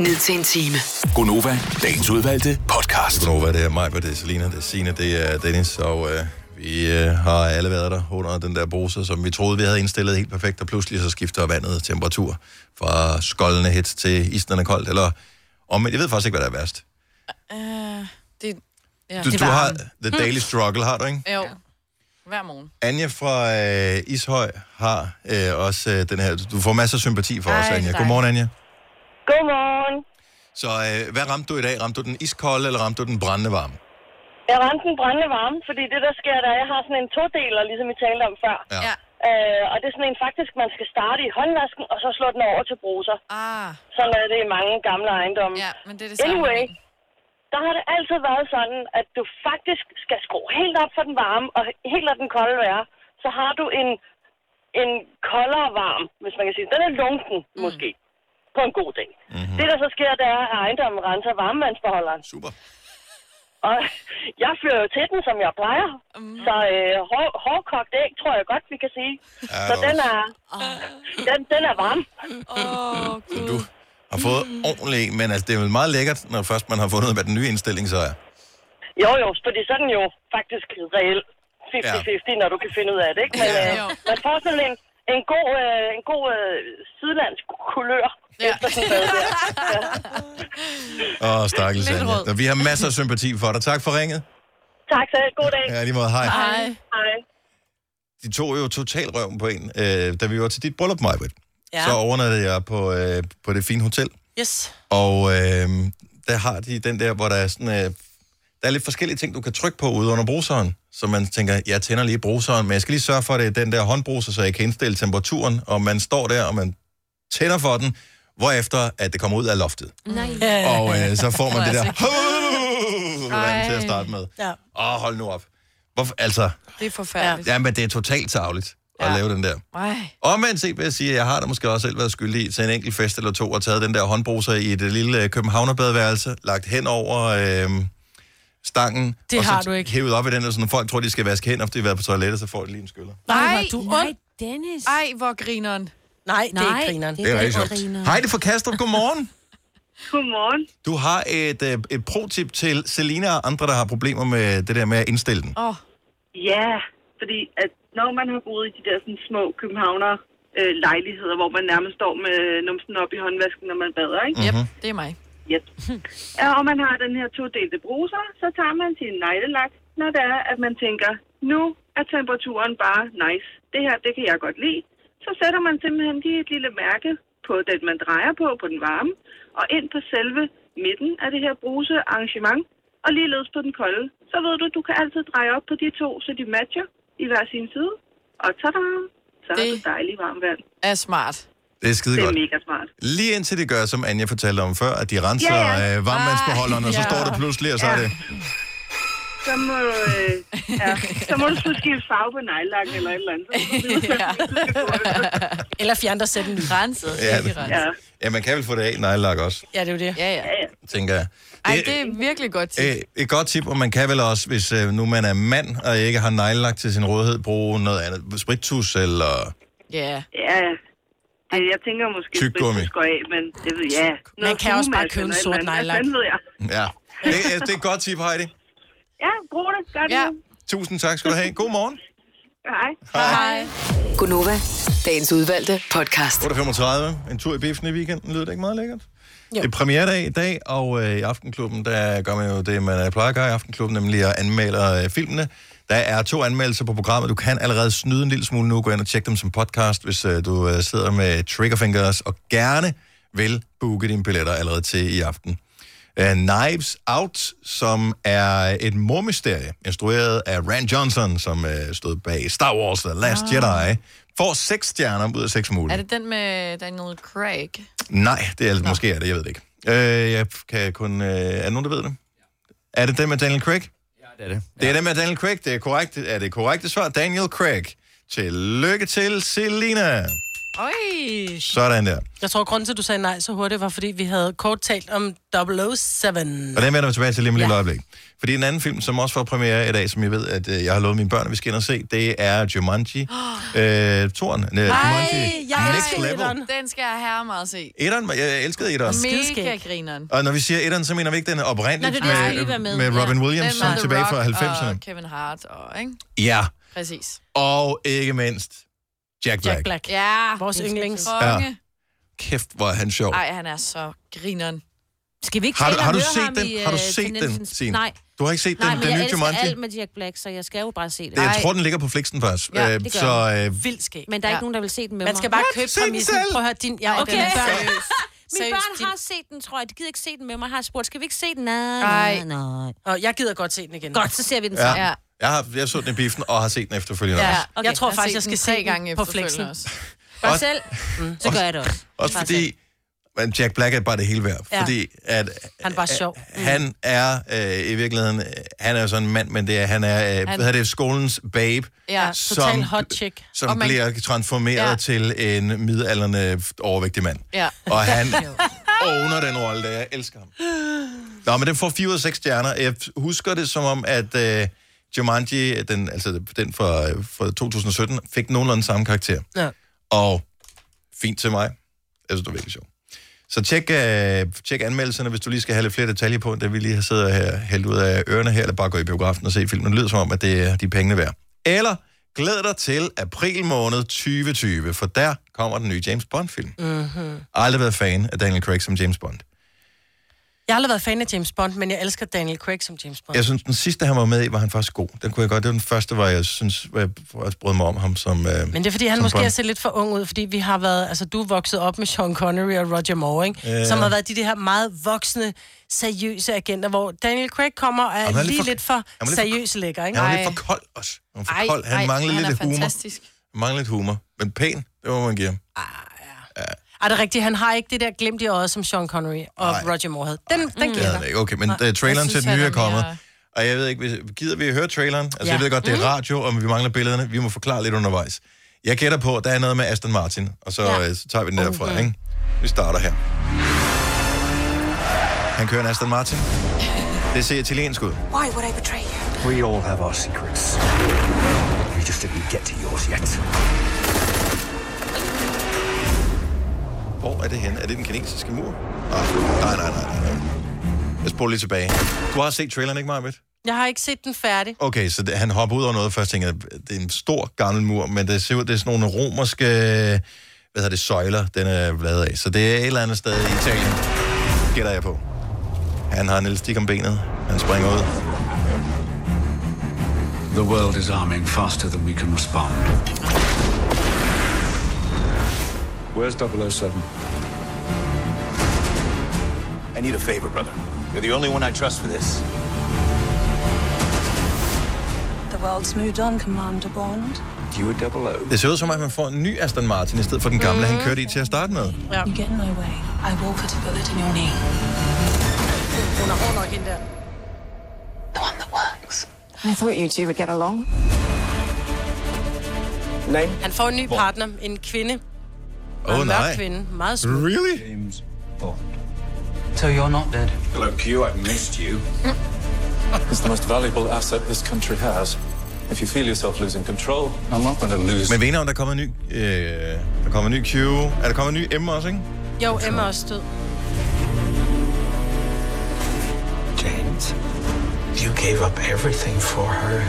O: ned til en time.
A: Gonova, dagens udvalgte podcast. Gonova, det er mig, det er Selina, det er Signe, det er Dennis, og øh, vi øh, har alle været der under den der bruse, som vi troede, vi havde indstillet helt perfekt, og pludselig så skifter vandet temperatur fra skoldende hit til isen er koldt, eller om, jeg ved faktisk ikke, hvad der er værst.
B: Øh,
D: Uh, det, ja.
A: Du,
D: det Mm.
A: du
D: var-
A: har The Daily Struggle, har du ikke?
D: Jo, hver morgen.
A: Anja fra øh, Ishøj har øh, også øh, den her. Du får masser af sympati for
D: Ej,
A: os, Anja.
D: dejligt.
A: Godmorgen, Anja.
K: Godmorgen.
A: Så øh, hvad ramte du i dag? Ramte du den iskolde, eller ramte du den brændende varme?
K: Jeg ramte en brændende varme, fordi det, der sker, der er, jeg har sådan en todeler, ligesom vi talte om før.
A: Ja.
K: Øh, og det er sådan en faktisk, man skal starte i håndvasken, og så slå den over til bruser.
D: Ah.
K: Sådan er det i mange gamle ejendomme.
D: Ja, men det er det samme.
K: Anyway, der har det altid været sådan, at du faktisk skal skrue helt op for den varme, og helt lade den kolde være. Så har du en, en koldere varm, hvis man kan sige. Den er lunken, mm. måske, på en god dag. Mm-hmm. Det, der så sker, det er, at ejendommen renser varmevandsbeholderen.
A: Mhm. Super.
K: Og jeg fører jo til den, som jeg plejer.
D: Mhm.
K: Mm. Så øh, hår, hårdkogt æg, tror jeg godt, vi kan sige.
A: Ja,
K: så
A: det er
K: den er, den, den er varm.
D: Oh,
A: Har fået ordentligt, en, men altså, det er jo meget lækkert, når først man har fundet ud af, hvad den nye indstilling så er.
K: Jo, jo, fordi så er den jo faktisk reelt 50-50, ja. når du kan finde ud af det, ikke? Men øh, man får sådan en, en god, øh, en god øh, sydlandsk kulør. Ja. Efter sådan noget der. Ja.
A: Åh, stakkels
K: Lidt
A: Anja.
K: rød.
A: Nå, vi har masser af sympati for dig. Tak for ringet.
K: Tak selv. God dag.
A: Ja, lige måde. Hej.
K: Hej. Hej.
A: De tog jo total røven på en, øh, da vi var til dit bryllup, Majbrit.
B: Ja.
A: Ja. Så overnattede jeg på, øh, på det fine hotel.
B: Yes.
A: Og øh, der har de den der, hvor der er sådan... Øh, der er lidt forskellige ting, du kan trykke på ude under bruseren. Så man tænker, jeg tænder lige bruseren, men jeg skal lige sørge for, at det er den der håndbruser, så jeg kan indstille temperaturen. Og man står der, og man tænder for den, hvorefter at det kommer ud af loftet.
B: Nej.
A: Og øh, så får man det der vand til
D: Ej.
A: at starte med.
B: Ja.
A: Åh, hold nu op. Hvorfor, altså,
D: Det er forfærdeligt. Ja.
A: ja, men det er totalt savligt at lave den der.
D: Ej.
A: Omvendt set vil jeg sige, at jeg har da måske også selv været skyldig i til en enkelt fest eller to, og taget den der håndbruser i det lille øh, københavnerbadeværelse, lagt hen over øh, stangen.
B: Det
A: og så
B: har du ikke.
A: hævet op i den, og sådan, folk tror, de skal vaske hænder, fordi de har været på toilettet, så får de lige en skyller.
B: Nej,
D: Ej,
B: hvor er du
D: nej, Dennis. Ej, hvor grineren.
B: Nej, det er ikke grineren.
A: Det er rigtig sjovt. Hej, det er fra Kastrup. Godmorgen.
K: Godmorgen.
A: Du har et, øh, et pro-tip til Selina og andre, der har problemer med det der med at indstille den.
D: Oh.
P: Ja, fordi at når man har boet i de der sådan, små københavner øh, lejligheder, hvor man nærmest står med numsen op i håndvasken, når man bader, ikke?
D: Yep, det er mig.
P: Yep. Ja, og man har den her todelte bruser, så tager man sin neglelak, når det er, at man tænker, nu er temperaturen bare nice. Det her, det kan jeg godt lide. Så sætter man simpelthen lige et lille mærke på den, man drejer på, på den varme, og ind på selve midten af det her brusearrangement, og ligeledes på den kolde. Så ved du, du kan altid dreje op på de to, så de matcher i hver sin side. Og tada, så har du dejlig varm vand.
D: Er smart.
A: Det er skide
P: Det
A: godt.
P: er mega smart.
A: Lige indtil de gør, som Anja fortalte om før, at de renser
P: Ja, ja.
A: øh, varmvandsbeholderen, og så
P: Ej, ja.
A: står det pludselig, og så er
P: Ja.
A: det...
P: Så må, øh, ja, så må du skulle skifte farve på nejlakken eller et eller andet.
B: Eller fjern dig selv en ny.
D: Renset.
A: Ja, det- ja, man kan vel få det af i nejlak også,
B: Ja, det er jo det.
D: Ja, ja.
A: tænker jeg.
D: Ej, det er virkelig godt tip.
A: Øh, Et godt tip, og man kan vel også, hvis øh, nu man er mand og ikke har neglelagt til sin rådighed, bruge noget andet. Sprittus eller...
D: Ja.
P: Ja, Øh, Jeg tænker måske,
A: Tyk
P: sprit,
A: gummi.
P: du skal af, men det ved jeg.
B: Man kan også bare
P: altså
B: købe en sort nylak.
P: Det ved jeg.
A: Ja. Det, er- det er et godt tip, Heidi.
P: Ja, brug det. Gør det. Ja.
A: Tusind tak skal du have. God morgen.
P: Hej.
B: Hej.
Q: Gunova, dagens udvalgte podcast.
A: 8.35. En tur i biffen i weekenden. Lyder det ikke meget lækkert? Jo. Det er premieredag i dag, og øh, i Aftenklubben, der gør man jo det, man øh, plejer at gøre i Aftenklubben, nemlig at anmelde øh, filmene. Der er to anmeldelser på programmet. Du kan allerede snyde en lille smule nu. Gå ind og tjek dem som podcast, hvis øh, du øh, sidder med triggerfingers og gerne vil booke dine billetter allerede til i aften. Uh, Knives Out, som er et mormysterie, instrueret af Rand Johnson, som uh, stod bag Star Wars The Last
D: Ah.
A: ah. Jedi, får seks stjerner ud af seks mulige.
D: Er det den med Daniel Craig?
A: Nej, det er, måske er det, jeg ved det ikke. Øh, jeg kan kun... Øh, er der nogen, der ved det? Er det den med Daniel Craig? Ja, det er det. Det er den med Daniel Craig, det er korrekt. Er det korrekte svar? Daniel Craig. Tillykke til Selina.
B: Oj.
A: Sådan der.
B: Jeg tror, grunden til, at du sagde nej så hurtigt, var, fordi vi havde kort talt om 007.
A: Og den vender vi tilbage til lige om et lille øjeblik. Fordi en anden film, som også får premiere i dag, som jeg ved, at øh, jeg har lovet mine børn, at vi skal ind og se, det er Jumanji. Øh, Toren. Øh, Jumanji. Next Level.
D: Den skal jeg herre meget se.
A: Etteren, var- jeg elskede etteren.
D: Mega grineren.
A: Og når vi siger etteren, så mener vi ikke den oprindeligt
D: Nej, det er det, jeg lige var
A: med,
D: med.
A: med Robin
D: Ja.
A: Williams,
D: Den
A: som
D: med The
A: tilbage fra
D: Rock
A: 90'erne.
D: Og Kevin Hart og, ikke?
A: Ja,
D: Præcis.
A: og ikke mindst Jack Black. Jack Black.
D: Ja.
B: Vores yndlings.
D: Konge.
A: Kæft, hvor er han sjov.
D: Ej, han er så grineren.
C: Skal vi ikke
A: Har
C: tale
A: du-
C: om
A: har du
C: høre
A: set
C: ham
A: den?
C: i,
A: Har du
C: øh,
A: set
C: Teen
A: den,
C: Insens-
A: Signe?
C: Nej.
A: Du har ikke set
C: Nej,
A: den-
C: men
A: den
C: jeg
A: nye
C: elsker
A: Jumanji?
C: alt med Jack Black, så jeg skal jo bare se det.
A: Jeg tror, den ligger på Flixen faktisk.
C: Ja,
A: Øh,
C: det gør
A: så
C: den.
A: øh,
B: Vildt skæg.
C: Men der er ikke nogen, der vil se den med
B: Man
C: mig.
B: skal bare
C: What?
B: købe
C: Se den
B: præmissen.
C: selv.
B: Prøv at høre, din... Ja,
C: Okay.
B: okay. den er børn.
C: Mine
B: Seriøst,
C: børn
B: din-
C: har set den, tror jeg. De gider ikke se den med mig. Har jeg spurgt, skal vi ikke se den? Nej,
B: Nej.
C: nej, nej.
B: Og jeg gider godt se den igen.
C: Godt, så ser vi den så.
A: ja. ja. Jeg, har, jeg så den i biffen og har set den efterfølgende ja. også.
B: Okay. Jeg tror
D: Jeg har
B: faktisk,
D: set
B: jeg skal
D: den
B: se
D: tre gange
B: den på
D: efterfølgende
B: flexen.
D: også.
C: Bare
A: Også-
C: selv, mm, så gør jeg det også.
A: Også
C: Bare
A: fordi men Jack Black er bare det hele værd.
C: Ja.
A: Fordi at, øh,
B: Han var sjov.
A: han er øh, i virkeligheden, øh, han er jo sådan en mand, men det er, han er, øh,
B: Han-
A: hvad hedder det, skolens babe,
B: Ja, total
A: som,
B: hot chick.
A: som man... bliver transformeret
B: Ja.
A: ja. til en midalderne overvægtig mand.
B: Ja.
A: Og han owner den rolle, der jeg elsker ham. Nå, men den får 4 ud af 6 stjerner. Jeg husker det som om, at øh, Jumanji, den, altså den fra, fra 2017, fik nogenlunde samme karakter.
B: Ja.
A: Og fint til mig. Jeg synes, det var virkelig sjovt. Så tjek, øh, tjek anmeldelserne, hvis du lige skal have lidt flere detaljer på, da vi lige har siddet her hældt ud af ørerne her, eller bare gå i biografen og se filmen. Det lyder som om, at det er de er pengene værd. Eller glæd dig til april måned 2020, for der kommer den nye James Bond-film.
B: Mm-hmm.
A: Aldrig været fan af Daniel Craig som James Bond.
B: Jeg har aldrig været fan af James Bond, men jeg elsker Daniel Craig som James Bond.
A: Jeg synes, den sidste, han var med i, var han faktisk god. Den kunne jeg godt. Det var den første, hvor jeg synes, hvor jeg også brød mig om ham som øh,
B: Men det er, fordi han
A: som
B: måske
A: Bond.
B: har set lidt for ung ud, fordi vi har været, altså du er vokset op med Sean Connery og Roger Moore, ikke?
A: Ja.
B: som har været de, de her meget voksne, seriøse agenter, hvor Daniel Craig kommer og er,
A: han er
B: lige
A: lidt
B: lidt for,
A: for-
B: lidt for
A: er lidt for-
B: seriøs lækker, ikke?
A: Han var lidt for kold også. Han var for
B: Ej,
A: kold. Han
B: ej,
A: manglede
B: han er
A: lidt humor.
B: fantastisk.
A: Han manglede lidt humor. Men pæn, det må man give ham.
B: Ej, det er rigtigt, han har ikke det der glemt i øjet, som Sean Connery og Ej. Roger Moore havde. Den, den
A: Det havde
B: gælder.
A: han ikke. Okay, men
B: Nej.
A: uh, traileren
B: Jeg
A: til
B: synes,
A: den nye
B: han
A: er
B: er
A: kommet.
B: mere-
A: Og jeg ved ikke, hvis, gider vi høre traileren? Altså,
B: Ja.
A: jeg ved godt, det er
B: Mhm.
A: radio, og vi mangler billederne. Vi må forklare lidt undervejs. Jeg gætter på, at der er noget med Aston Martin, og så, ja. så tager vi den derfra,
B: Mhm.
A: ikke? Vi starter her. Han kører en Aston Martin. Det ser italiensk ud.
O: Why would I betray you?
E: We all have our secrets. We just didn't get to yours yet.
A: Hvor er det henne? Er det den kinesiske mur? Ah, Nej, nej, nej, nej. nej. Jeg spoler lige tilbage. Du har set traileren, ikke, Marvitt?
B: Jeg har ikke set den færdig.
A: Okay, så det, han hopper ud over noget, og først tænker jeg, det er en stor gammel mur, men det ser ud, det er sådan nogle romerske, hvad hedder det, søjler, den er lavet af. Så det er et eller andet sted i Italien, gætter jeg på. Han har en lille stik om benet, han springer ud.
E: The world is arming faster than we can respond. Where's 007?
R: I need a favor, brother. You're the only one I trust for this.
O: The world's moved on, Commander Bond.
A: You are double O. Det ser ud som, at man får en ny Aston Martin, i stedet for den gamle, han kørte i til at starte med.
B: Ja.
O: You get in my way, I will put a bullet in your knee.
B: Hun er hård nok, hende der.
O: I thought you two would get along.
B: Nej. Han får en ny partner, en kvinde.
R: Åh,
B: Og en mørk
R: nej.
B: kvinde. Meget smuk.
R: James Bond. So you're not dead. Hello, Q. I've missed you. it's the most valuable asset this country has.
S: If you feel yourself losing control, I'm not going to lose.
A: Men ved om der kommer en ny, øh, der kommer en ny Q. Er der kommet en ny M også, ikke?
B: Jo, Emma er også død.
S: James, you gave up everything for her.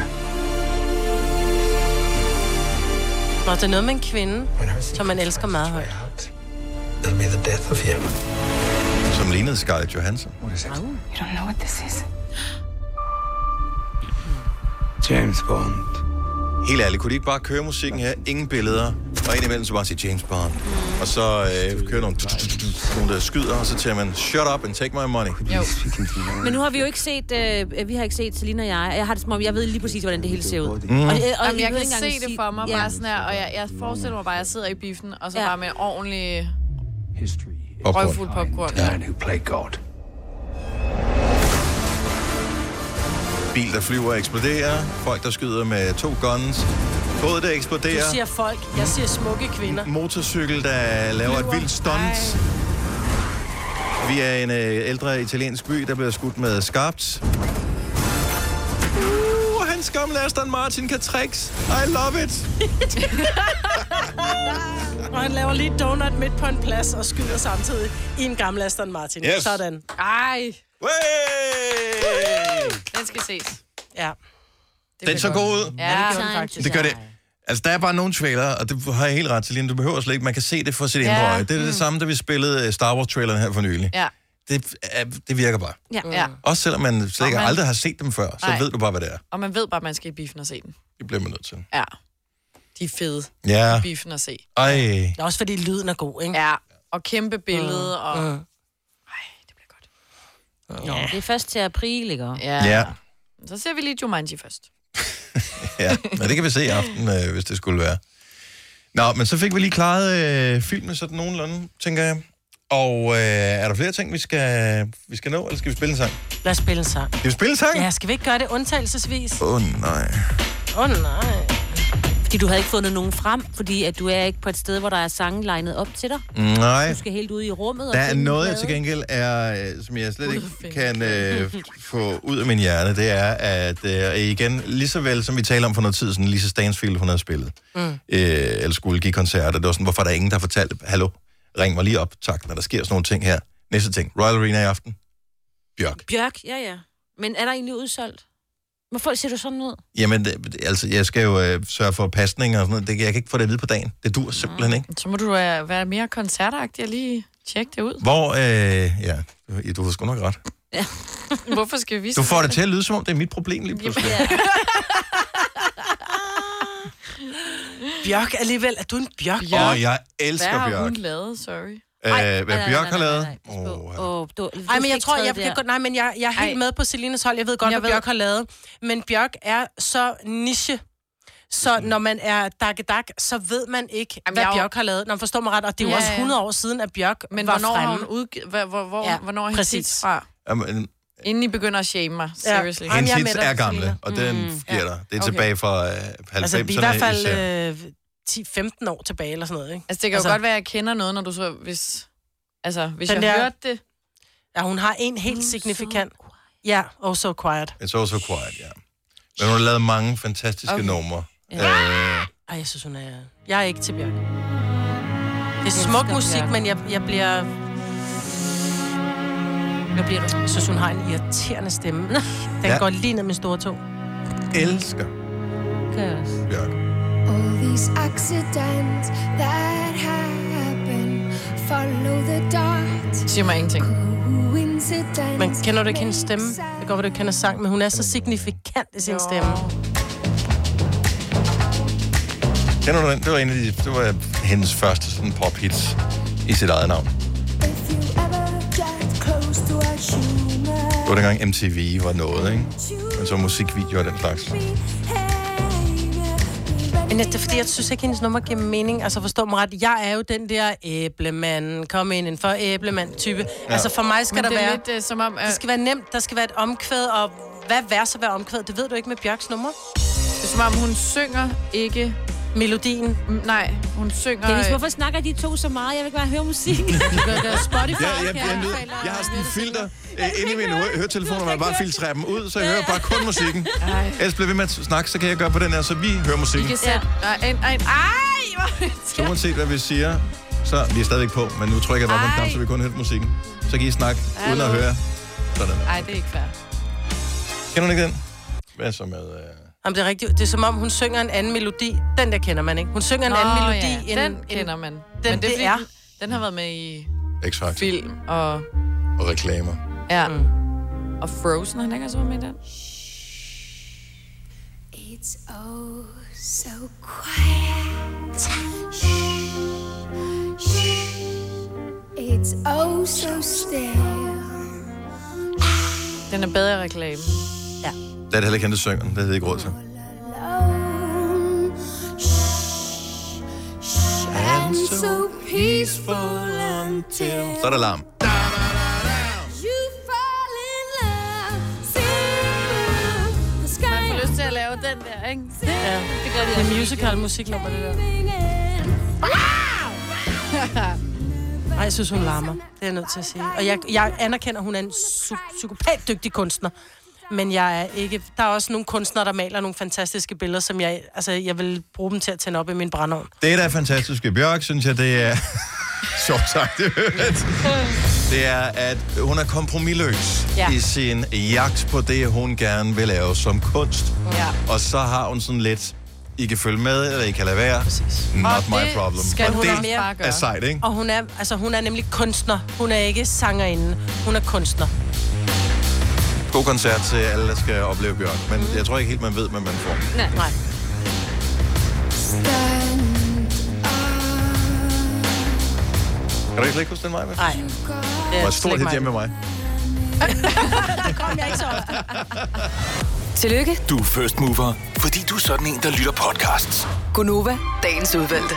B: Nå, det er noget med en kvinde, som man elsker meget højt.
S: It'll be the death of him.
A: Som lignede Scarlett Johansson.
O: Oh, You don't know what this is.
A: James Bond. Helt ærligt, kunne de ikke bare køre musikken her? Ingen billeder. Og indimellem så bare sige James Bond. Og så øh, kører nogle, nogle, der skyder, og så tager man, shut up and take my money. Jo.
C: Men nu har vi jo ikke set, øh, vi har ikke set Selina og jeg. Jeg har det som om, jeg ved lige præcis, hvordan det hele ser ud.
A: Mm.
D: Jamen,
C: øh,
D: jeg
C: ved
D: kan
C: ikke engang
D: se det
C: sige-
D: for mig
C: Ja.
D: bare sådan her, og jeg, jeg forestiller mig bare, at jeg sidder i biffen, og så bare med en ordentlig
S: Popcorn.
D: røvfuld popcorn.
S: Man who played God.
A: Bil, der flyver og eksploderer. Folk, der skyder med to guns. Både der eksploderer.
B: Du siger folk, jeg siger smukke kvinder.
A: Motorcykel, der laver et vildt stunt. Vi er en øh, ældre italiensk by, der bliver skudt med skarpt. Uh, hans gamle Aston Martin kan tricks. I love it.
B: og han laver lige donut midt på en plads og skyder samtidig i en gammel Aston Martin.
A: Yes.
B: Sådan. Ej.
D: Den skal ses.
B: Ja.
D: Det
A: Den så
D: bliver
A: god
D: godt.
A: ud.
D: Ja, det gjorde den faktisk.
A: Det gør det. Altså, der er bare nogle trailere, og det har jeg helt ret til, Line. Du behøver slet ikke. Man kan se det for sit
D: Ja.
A: ja. indre øje. Det er
D: Mm.
A: det samme, da vi spillede øh, Star Wars-traileren her for nylig.
D: Ja.
A: Det, er, det virker bare.
D: Ja. ja.
A: Også selvom man slet ikke
D: Og man-
A: aldrig har set dem før, så
D: Nej.
A: ved du bare, hvad det er.
D: Og man ved bare, at man skal i biffen og se den.
A: Det bliver man nødt til.
D: Ja. De er fede.
A: Ja.
D: I biffen at se.
A: Ej.
B: Det er også fordi lyden er god, ikke?
D: Ja. Og kæmpe billede, og...
B: Mm.
C: Nå, det er først til april, ikke?
D: Ja.
A: Ja.
D: Så ser vi lige Jumanji først.
A: Ja, men det kan vi se i aften, øh, hvis det skulle være. Nå, men så fik vi lige klaret øh, filmen sådan nogenlunde, tænker jeg. Og øh, er der flere ting, vi skal, vi skal nå, eller skal vi spille en sang?
B: Lad os spille en sang.
A: Skal vi spille en sang?
B: Ja, skal vi ikke gøre det undtagelsesvis?
A: Åh, oh, nej.
B: Åh oh, nej.
C: Fordi du havde ikke fundet nogen frem, fordi at du er ikke på et sted, hvor der er sange legnet op til dig.
A: Nej.
C: Du skal helt ud i rummet. og
A: Der er
C: finde
A: noget, jeg
C: pladen.
A: til gengæld er, øh, som jeg slet ikke kan øh, få ud af min hjerne, det er, at øh, igen, lige så vel som vi taler om for noget tid siden, Lisa Stansfield, hun havde spillet,
L: Mm.
A: øh, eller skulle give koncerter, det var sådan, hvorfor er der ingen, der har fortalt, hallo, ring mig lige op, tak, når der sker sådan nogle ting her. Næste ting, Royal Arena i aften. Bjørk.
C: Bjørk, ja, ja. Men er der egentlig udsolgt? Hvorfor ser du sådan ud?
A: Jamen, det, altså, jeg skal jo øh, sørge for pasning og sådan noget. Det, jeg kan ikke få det at vide på dagen. Det dur simpelthen ikke.
D: Så må du øh, være mere koncertagtig og lige tjekke det ud.
A: Hvor, øh, ja, du- du har sgu nok ret.
D: Hvorfor skal vi...
A: Du får det til at lyde, som om det er mit problem lige pludselig.
B: Bjørk alligevel. Er du en bjørk?
A: Åh, oh, jeg elsker
D: Hvad
A: Bjørk.
D: har hun lavet? Sorry.
A: Øh, hvad Bjørk har lavet?
C: Oh, du, du
B: Ej,
C: skal
B: men jeg
C: ikke
B: tror,
C: træde
B: jeg
C: der.
B: kan godt, nej, men jeg, jeg er helt
C: Ej.
B: Ej. med på Selinas hold. Jeg ved godt,
C: Jeg
B: jeg hvad
C: ved-
B: Bjørk har lavet. Men Bjørk er så niche. Så når man er dakkedak, så ved man ikke, Jamen, hvad
D: jeg er jo-
B: Bjørk har lavet. Når man forstår mig ret, og det er jo
D: Ja,
B: ja, også
D: ja.
B: 100 år siden, at Bjørk
D: Men
B: var
D: hvornår
B: fremme.
D: har hun udgivet... Hvor, hvor, hvor,
B: Ja,
D: ja, hvornår er hendes
B: præcis.
D: hits fra?
A: Jamen,
D: Inden I begynder at shame mig, seriously.
A: hendes hits er gamle, og
C: Mm.
A: den giver dig. Det er
D: Okay.
A: tilbage fra øh, 90'erne.
B: Mm. Altså, vi er i hvert fald
A: især.
B: øh, 10-15 år tilbage eller sådan noget, ikke?
D: Altså, det kan altså, jo godt være, at jeg kender noget, når du så... Hvis, altså, hvis jeg
B: Den
D: der...
B: der-
D: hørte det...
B: Ja, hun har en helt signifikant... Ja, oh so quiet.
A: It's also quiet, ja. Men hun har lavet mange fantastiske
B: Okay.
A: numre.
B: Ja.
A: Øh,
B: Ej, jeg synes, hun er... Jeg er ikke til Bjørk. Det er smuk
C: elsker
B: musik,
C: Bjørk.
B: men jeg, jeg bliver... Hvad bliver du? Jeg synes, hun har en irriterende stemme. Den
A: Ja.
B: ja. går lige ned med store tog.
A: elsker Bjørk.
F: All these accidents that happen follow the dot.
D: Siger mig ingenting.
B: Men kender du ikke hendes stemme? Det kan godt være, du ikke kender sang, men hun er så signifikant i sin stemme.
A: Kender du den? Det var en af de, det var hendes første sådan pop-hits i sit eget navn. Det var dengang MTV var noget, ikke? Men så musikvideoer og den slags.
B: Men det er fordi, jeg synes ikke, hendes nummer giver mening. Altså forstå mig ret, jeg er jo den der æblemand, kom ind en for æblemand-type.
A: Ja.
B: Ja. Altså for mig skal
D: Men
B: der
D: det er
B: være...
D: lidt, øh, som om, øh...
B: Det skal være nemt, der skal være et omkvæd, og hvad vers at være omkvæd, det ved du ikke med Bjørks nummer.
D: Det er som om, hun synger ikke
B: Melodien?
D: Nej, hun synger...
C: Dennis, hvorfor snakker de to så meget? Jeg vil bare høre musik.
B: Det er Spotify,
A: Ja, jeg, jeg, jeg, jeg, jeg har sådan en filter øh, inde i mine hø- høretelefoner, hvor jeg bare filtrerer dem ud, så jeg hører bare kun musikken. Ellers bliver ved med at snakke, så kan jeg gøre på den her, så vi hører
D: I
A: musikken.
D: kan sætte... Ja. En, en, ej, hvor er det
A: Så uanset hvad vi siger, så vi er stadigvæk på, men nu trykker jeg bare på en knap, så vi kun hører musikken. Så kan I snakke, uden at
D: Hallo.
A: høre. Sådan.
D: Ej, det er ikke fair.
A: Kender du ikke den? Hvad så med... Øh...
B: Jamen, det er rigtigt. Det er som om, hun synger en anden melodi. Den der kender man, ikke? Hun synger en
D: Nå,
B: anden
D: ja.
B: melodi.
D: Den
B: end,
D: kender man.
B: Den,
D: Men
B: Men
D: det er
B: det,
D: fordi,
B: det er.
D: den- Den har været med i...
A: X-Factor.
D: Film og...
A: Og reklamer.
D: Ja. Mm. Og Frozen, har han ikke også været med i den?
O: It's oh so quiet. It's oh so still.
D: Den er bedre i reklamen.
A: Det er det heller ikke hende, der synger. Det havde jeg ikke råd til.
O: And so peaceful until
A: Så er der larm.
O: you fall in love. See the
D: Man
O: sky.
D: får lyst til at lave den der, ikke?
B: Ja, det gør det. Det er musical musiknummer, det der. Ej, jeg synes, hun larmer. Det er jeg nødt til at sige. Og jeg, jeg anerkender, at hun er en psy- psykopat dygtig kunstner. Men jeg er ikke... Der er også nogle kunstnere, der maler nogle fantastiske billeder, som jeg... Altså, jeg vil bruge dem til at tænde op i min brændeovn.
A: Det, der er fantastisk ved Bjørk, synes jeg, det er... Sjovt sagt, det Det er, at hun er kompromilløs
B: Ja.
A: ja. i sin jagt på det, hun gerne vil lave som kunst.
D: Ja.
A: Og så har hun sådan lidt, I kan følge med, eller I kan lade være. Præcis. Not
B: Og
A: my
B: det
A: problem.
B: Skal
A: og
B: hun
A: det
B: også bare gøre.
A: er sejt, ikke?
B: Og hun er, altså, hun er nemlig kunstner. Hun er ikke sangerinde. Hun er kunstner.
A: God koncert til alle, der skal opleve Bjørk. Men jeg tror ikke helt, man ved, hvad man får.
B: Nej. Nej.
A: Kan du ikke lægge hos den mig? Nej.
B: Nej.
A: Det var et stort hit hjemme med mig.
B: Der kom jeg ikke så ofte.
Q: Tillykke,
E: Du er first mover, fordi du er sådan en, der lytter podcasts.
Q: Gunova, dagens udvalgte.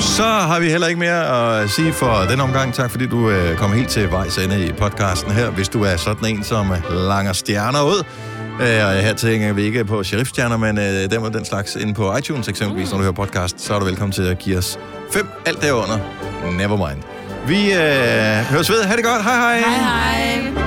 A: Så har vi heller ikke mere at sige for den omgang. Tak fordi du øh, kom helt til vejs ende i podcasten her. Hvis du er sådan en, som øh, langer stjerner ud, øh, og her tænker vi ikke på sheriffstjerner, men øh, dem og den slags inde på iTunes eksempelvis, når du hører podcast, så er du velkommen til at give os fem alt derunder. Nevermind. Vi øh, høres ved. Ha' det godt. Hej hej.
O: Hej.